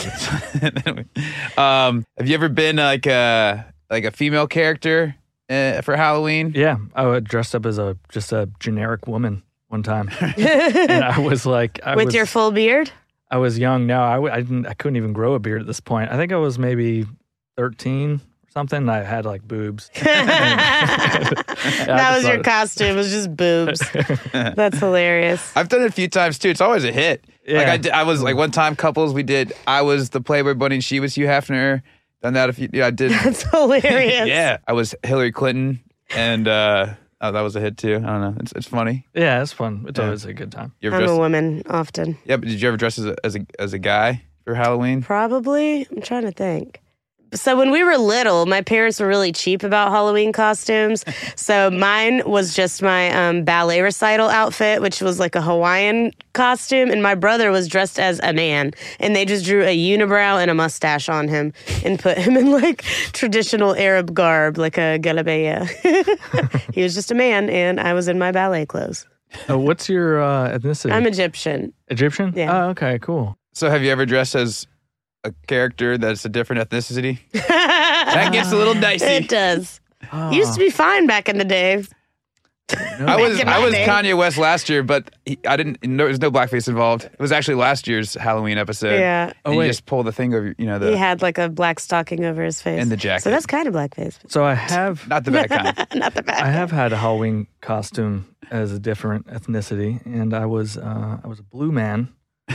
[SPEAKER 1] um, have you ever been like a like a female character uh, for Halloween?
[SPEAKER 4] Yeah, I was dressed up as a just a generic woman one time, and I was like, I
[SPEAKER 2] With
[SPEAKER 4] was,
[SPEAKER 2] your full beard?
[SPEAKER 4] I was young. No, I, w- I didn't. I couldn't even grow a beard at this point. I think I was maybe thirteen or something. and I had like boobs.
[SPEAKER 2] that was your costume. It was just boobs. That's hilarious.
[SPEAKER 1] I've done it a few times too. It's always a hit. Like
[SPEAKER 4] Yeah.
[SPEAKER 1] I, did, I was like one time couples we did. I was the Playboy Bunny. and She was Hugh Hefner. Done that a few. Yeah, I did.
[SPEAKER 2] That's hilarious.
[SPEAKER 1] yeah, I was Hillary Clinton, and uh, oh, that was a hit too. I don't know. It's it's funny.
[SPEAKER 4] Yeah, it's fun. It's always a good time.
[SPEAKER 1] You ever
[SPEAKER 2] I'm a
[SPEAKER 1] dressed?
[SPEAKER 2] woman often.
[SPEAKER 1] Yeah, but did you ever dress as a, as a as a guy for Halloween?
[SPEAKER 2] Probably. I'm trying to think. So when we were little, my parents were really cheap about Halloween costumes. So mine was just my um, ballet recital outfit, which was like a Hawaiian costume, and my brother was dressed as a man, and they just drew a unibrow and a mustache on him and put him in like traditional Arab garb, like a galabeya. he was just a man, and I was in my ballet clothes.
[SPEAKER 4] Uh, what's your uh, ethnicity?
[SPEAKER 2] I'm Egyptian.
[SPEAKER 4] Egyptian.
[SPEAKER 2] Yeah.
[SPEAKER 4] Oh, okay, cool.
[SPEAKER 1] So have you ever dressed as a character that's a different ethnicity? that gets a little dicey.
[SPEAKER 2] It does. Used to be fine back in the day.
[SPEAKER 1] I was
[SPEAKER 2] in my
[SPEAKER 1] I was
[SPEAKER 2] day.
[SPEAKER 1] Kanye West last year, but he, I didn't. No, there was no blackface involved. It was actually last year's Halloween episode.
[SPEAKER 2] Yeah.
[SPEAKER 1] And
[SPEAKER 4] Oh, wait.
[SPEAKER 1] you just pull the thing over, you know, the
[SPEAKER 2] He had like a black stocking over his face
[SPEAKER 1] And the jacket.
[SPEAKER 2] So that's kind of blackface.
[SPEAKER 4] So I have
[SPEAKER 1] not the bad kind.
[SPEAKER 2] Not the bad.
[SPEAKER 4] I have had a Halloween costume as a different ethnicity, and I was uh, I was a blue man. Uh,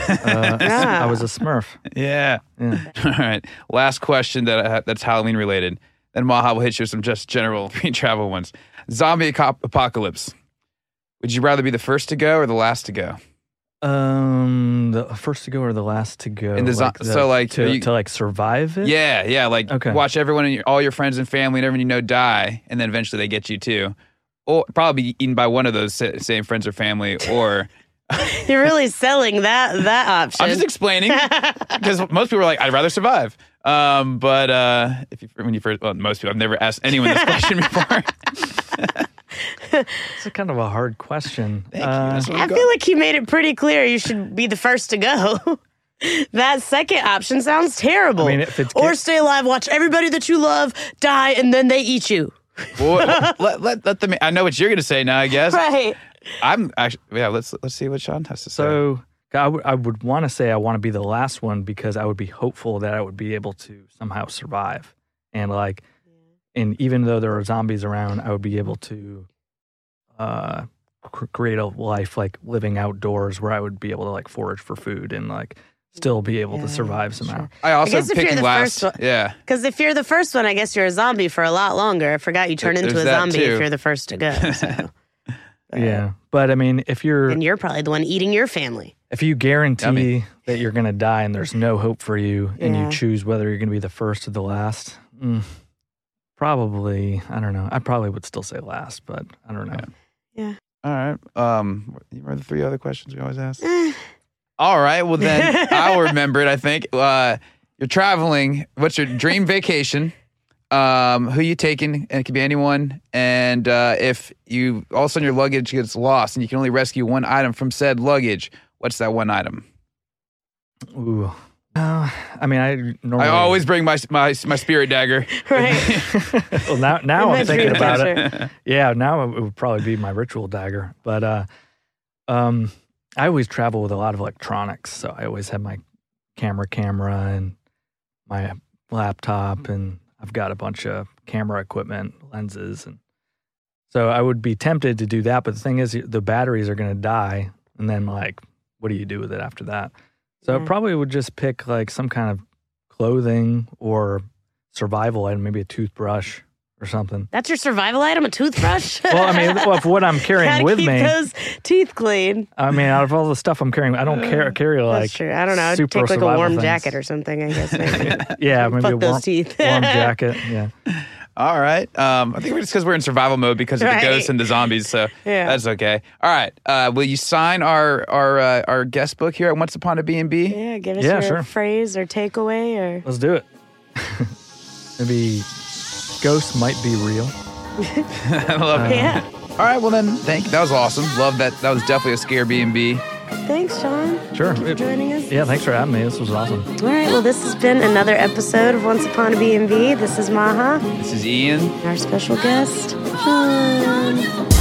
[SPEAKER 2] Ah.
[SPEAKER 4] I was a Smurf.
[SPEAKER 1] yeah.
[SPEAKER 4] Yeah.
[SPEAKER 1] All right. Last question that I ha- that's Halloween related. Then Maha will hit you with some just general free travel ones. Zombie aco- apocalypse. Would you rather be the first to go or the last to go?
[SPEAKER 4] Um, the first to go or the last to go?
[SPEAKER 1] And the zo- so, like,
[SPEAKER 4] to,
[SPEAKER 1] are you-
[SPEAKER 4] to like survive it.
[SPEAKER 1] Yeah, yeah. Like
[SPEAKER 4] Okay.
[SPEAKER 1] watch everyone, and your, all your friends and family and everyone you know die, and then eventually they get you too, or probably be eaten by one of those sa- same friends or family. Or
[SPEAKER 2] You're really selling that that option.
[SPEAKER 1] I'm just explaining because most people are like, I'd rather survive. Um, but uh, if you when you first, well, most people, I've never asked anyone this question before.
[SPEAKER 4] it's a kind of a hard question.
[SPEAKER 1] Thank you.
[SPEAKER 4] Uh,
[SPEAKER 1] That's what
[SPEAKER 2] I
[SPEAKER 1] we've got.
[SPEAKER 2] feel like he made it pretty clear you should be the first to go. that second option sounds terrible.
[SPEAKER 4] I mean, if it's-
[SPEAKER 2] or stay alive, watch everybody that you love die, and then they eat you.
[SPEAKER 1] Well, let, let let them. I know what you're gonna say now. I guess
[SPEAKER 2] Right.
[SPEAKER 1] I'm actually. Yeah, let's let's see what Sean has to say.
[SPEAKER 4] So I would I would want to say I want to be the last one because I would be hopeful that I would be able to somehow survive. And like, and even though there are zombies around, I would be able to uh, cr- create a life like living outdoors where I would be able to like forage for food and like still be able
[SPEAKER 2] Yeah,
[SPEAKER 4] to survive
[SPEAKER 2] sure.
[SPEAKER 4] somehow.
[SPEAKER 1] I also
[SPEAKER 2] guess if you're
[SPEAKER 1] picking
[SPEAKER 2] the
[SPEAKER 1] last.
[SPEAKER 2] first one-
[SPEAKER 1] yeah,
[SPEAKER 2] Because if you're the first one, I guess you're a zombie for a lot longer. I forgot you turn
[SPEAKER 1] There-
[SPEAKER 2] into
[SPEAKER 1] there's
[SPEAKER 2] a
[SPEAKER 1] that,
[SPEAKER 2] zombie
[SPEAKER 1] too.
[SPEAKER 2] if you're the first to go. So.
[SPEAKER 4] Yeah, but I mean, if you're
[SPEAKER 2] And you're probably the one eating your family.
[SPEAKER 4] if you guarantee
[SPEAKER 1] Yummy.
[SPEAKER 4] that you're gonna die and there's no hope for you, and
[SPEAKER 2] Yeah.
[SPEAKER 4] you choose whether you're gonna be the first or the last, mm, probably I don't know. I probably would still say last, but I don't know.
[SPEAKER 1] All right. Um, you remember the three other questions we always ask?
[SPEAKER 2] Eh.
[SPEAKER 1] All right. Well, then I'll remember it. I think. Uh, you're traveling. What's your dream vacation? Um, who you taking? And it could be anyone. And uh, if you all of a sudden your luggage gets lost and you can only rescue one item from said luggage, what's that one item?
[SPEAKER 4] Ooh, Uh, I mean, I
[SPEAKER 1] I
[SPEAKER 4] normally
[SPEAKER 1] always bring my my my spirit dagger.
[SPEAKER 2] Oh, Right.
[SPEAKER 4] well now now I'm
[SPEAKER 2] That's
[SPEAKER 4] thinking
[SPEAKER 2] really
[SPEAKER 4] about it.
[SPEAKER 2] pressure.
[SPEAKER 4] Yeah, now it would probably be my ritual dagger, but uh, um, I always travel with a lot of electronics, so I always have my camera, camera, and my laptop, and I've got a bunch of camera equipment, lenses, and so I would be tempted to do that. But the thing is, the batteries are going to die, and then like, what do you do with it after that? So I
[SPEAKER 2] Yeah.
[SPEAKER 4] probably would just pick like some kind of clothing or survival item, maybe a toothbrush or something.
[SPEAKER 2] That's your survival item, a toothbrush?
[SPEAKER 4] Well, I mean, well, if what I'm
[SPEAKER 2] Gotta
[SPEAKER 4] carrying with
[SPEAKER 2] keep
[SPEAKER 4] me,
[SPEAKER 2] those teeth clean.
[SPEAKER 4] I mean, out of all the stuff I'm carrying, I don't care, carry like
[SPEAKER 2] That's true. I don't know. I'd
[SPEAKER 4] super
[SPEAKER 2] take like a
[SPEAKER 4] survival
[SPEAKER 2] warm
[SPEAKER 4] things.
[SPEAKER 2] jacket or something, I guess. Maybe.
[SPEAKER 4] yeah, maybe a
[SPEAKER 2] Fuck
[SPEAKER 4] warm,
[SPEAKER 2] those teeth.
[SPEAKER 4] warm jacket. Yeah,
[SPEAKER 1] All right. Um, I think we're just because we're in survival mode because of
[SPEAKER 2] Right.
[SPEAKER 1] the ghosts and the zombies, so
[SPEAKER 2] Yeah.
[SPEAKER 1] that's okay. All right. Uh, will you sign our our uh, our guest book here at Once Upon a B and B?
[SPEAKER 2] yeah, give us
[SPEAKER 4] Yeah,
[SPEAKER 2] your
[SPEAKER 4] sure.
[SPEAKER 2] phrase or takeaway or.
[SPEAKER 4] let's do it. maybe ghosts might be real.
[SPEAKER 1] I love it.
[SPEAKER 2] Yeah.
[SPEAKER 4] Uh,
[SPEAKER 1] All right. Well then, thank. That was awesome. Love that. That was definitely a scare B and B.
[SPEAKER 2] Thanks, Sean,
[SPEAKER 4] Sure.
[SPEAKER 2] for joining us.
[SPEAKER 4] Yeah, thanks for having me. This was awesome.
[SPEAKER 2] All right, well, this has been another episode of Once Upon a B&B. This is Maha,
[SPEAKER 1] This is Ian.
[SPEAKER 2] and our special guest, Sean.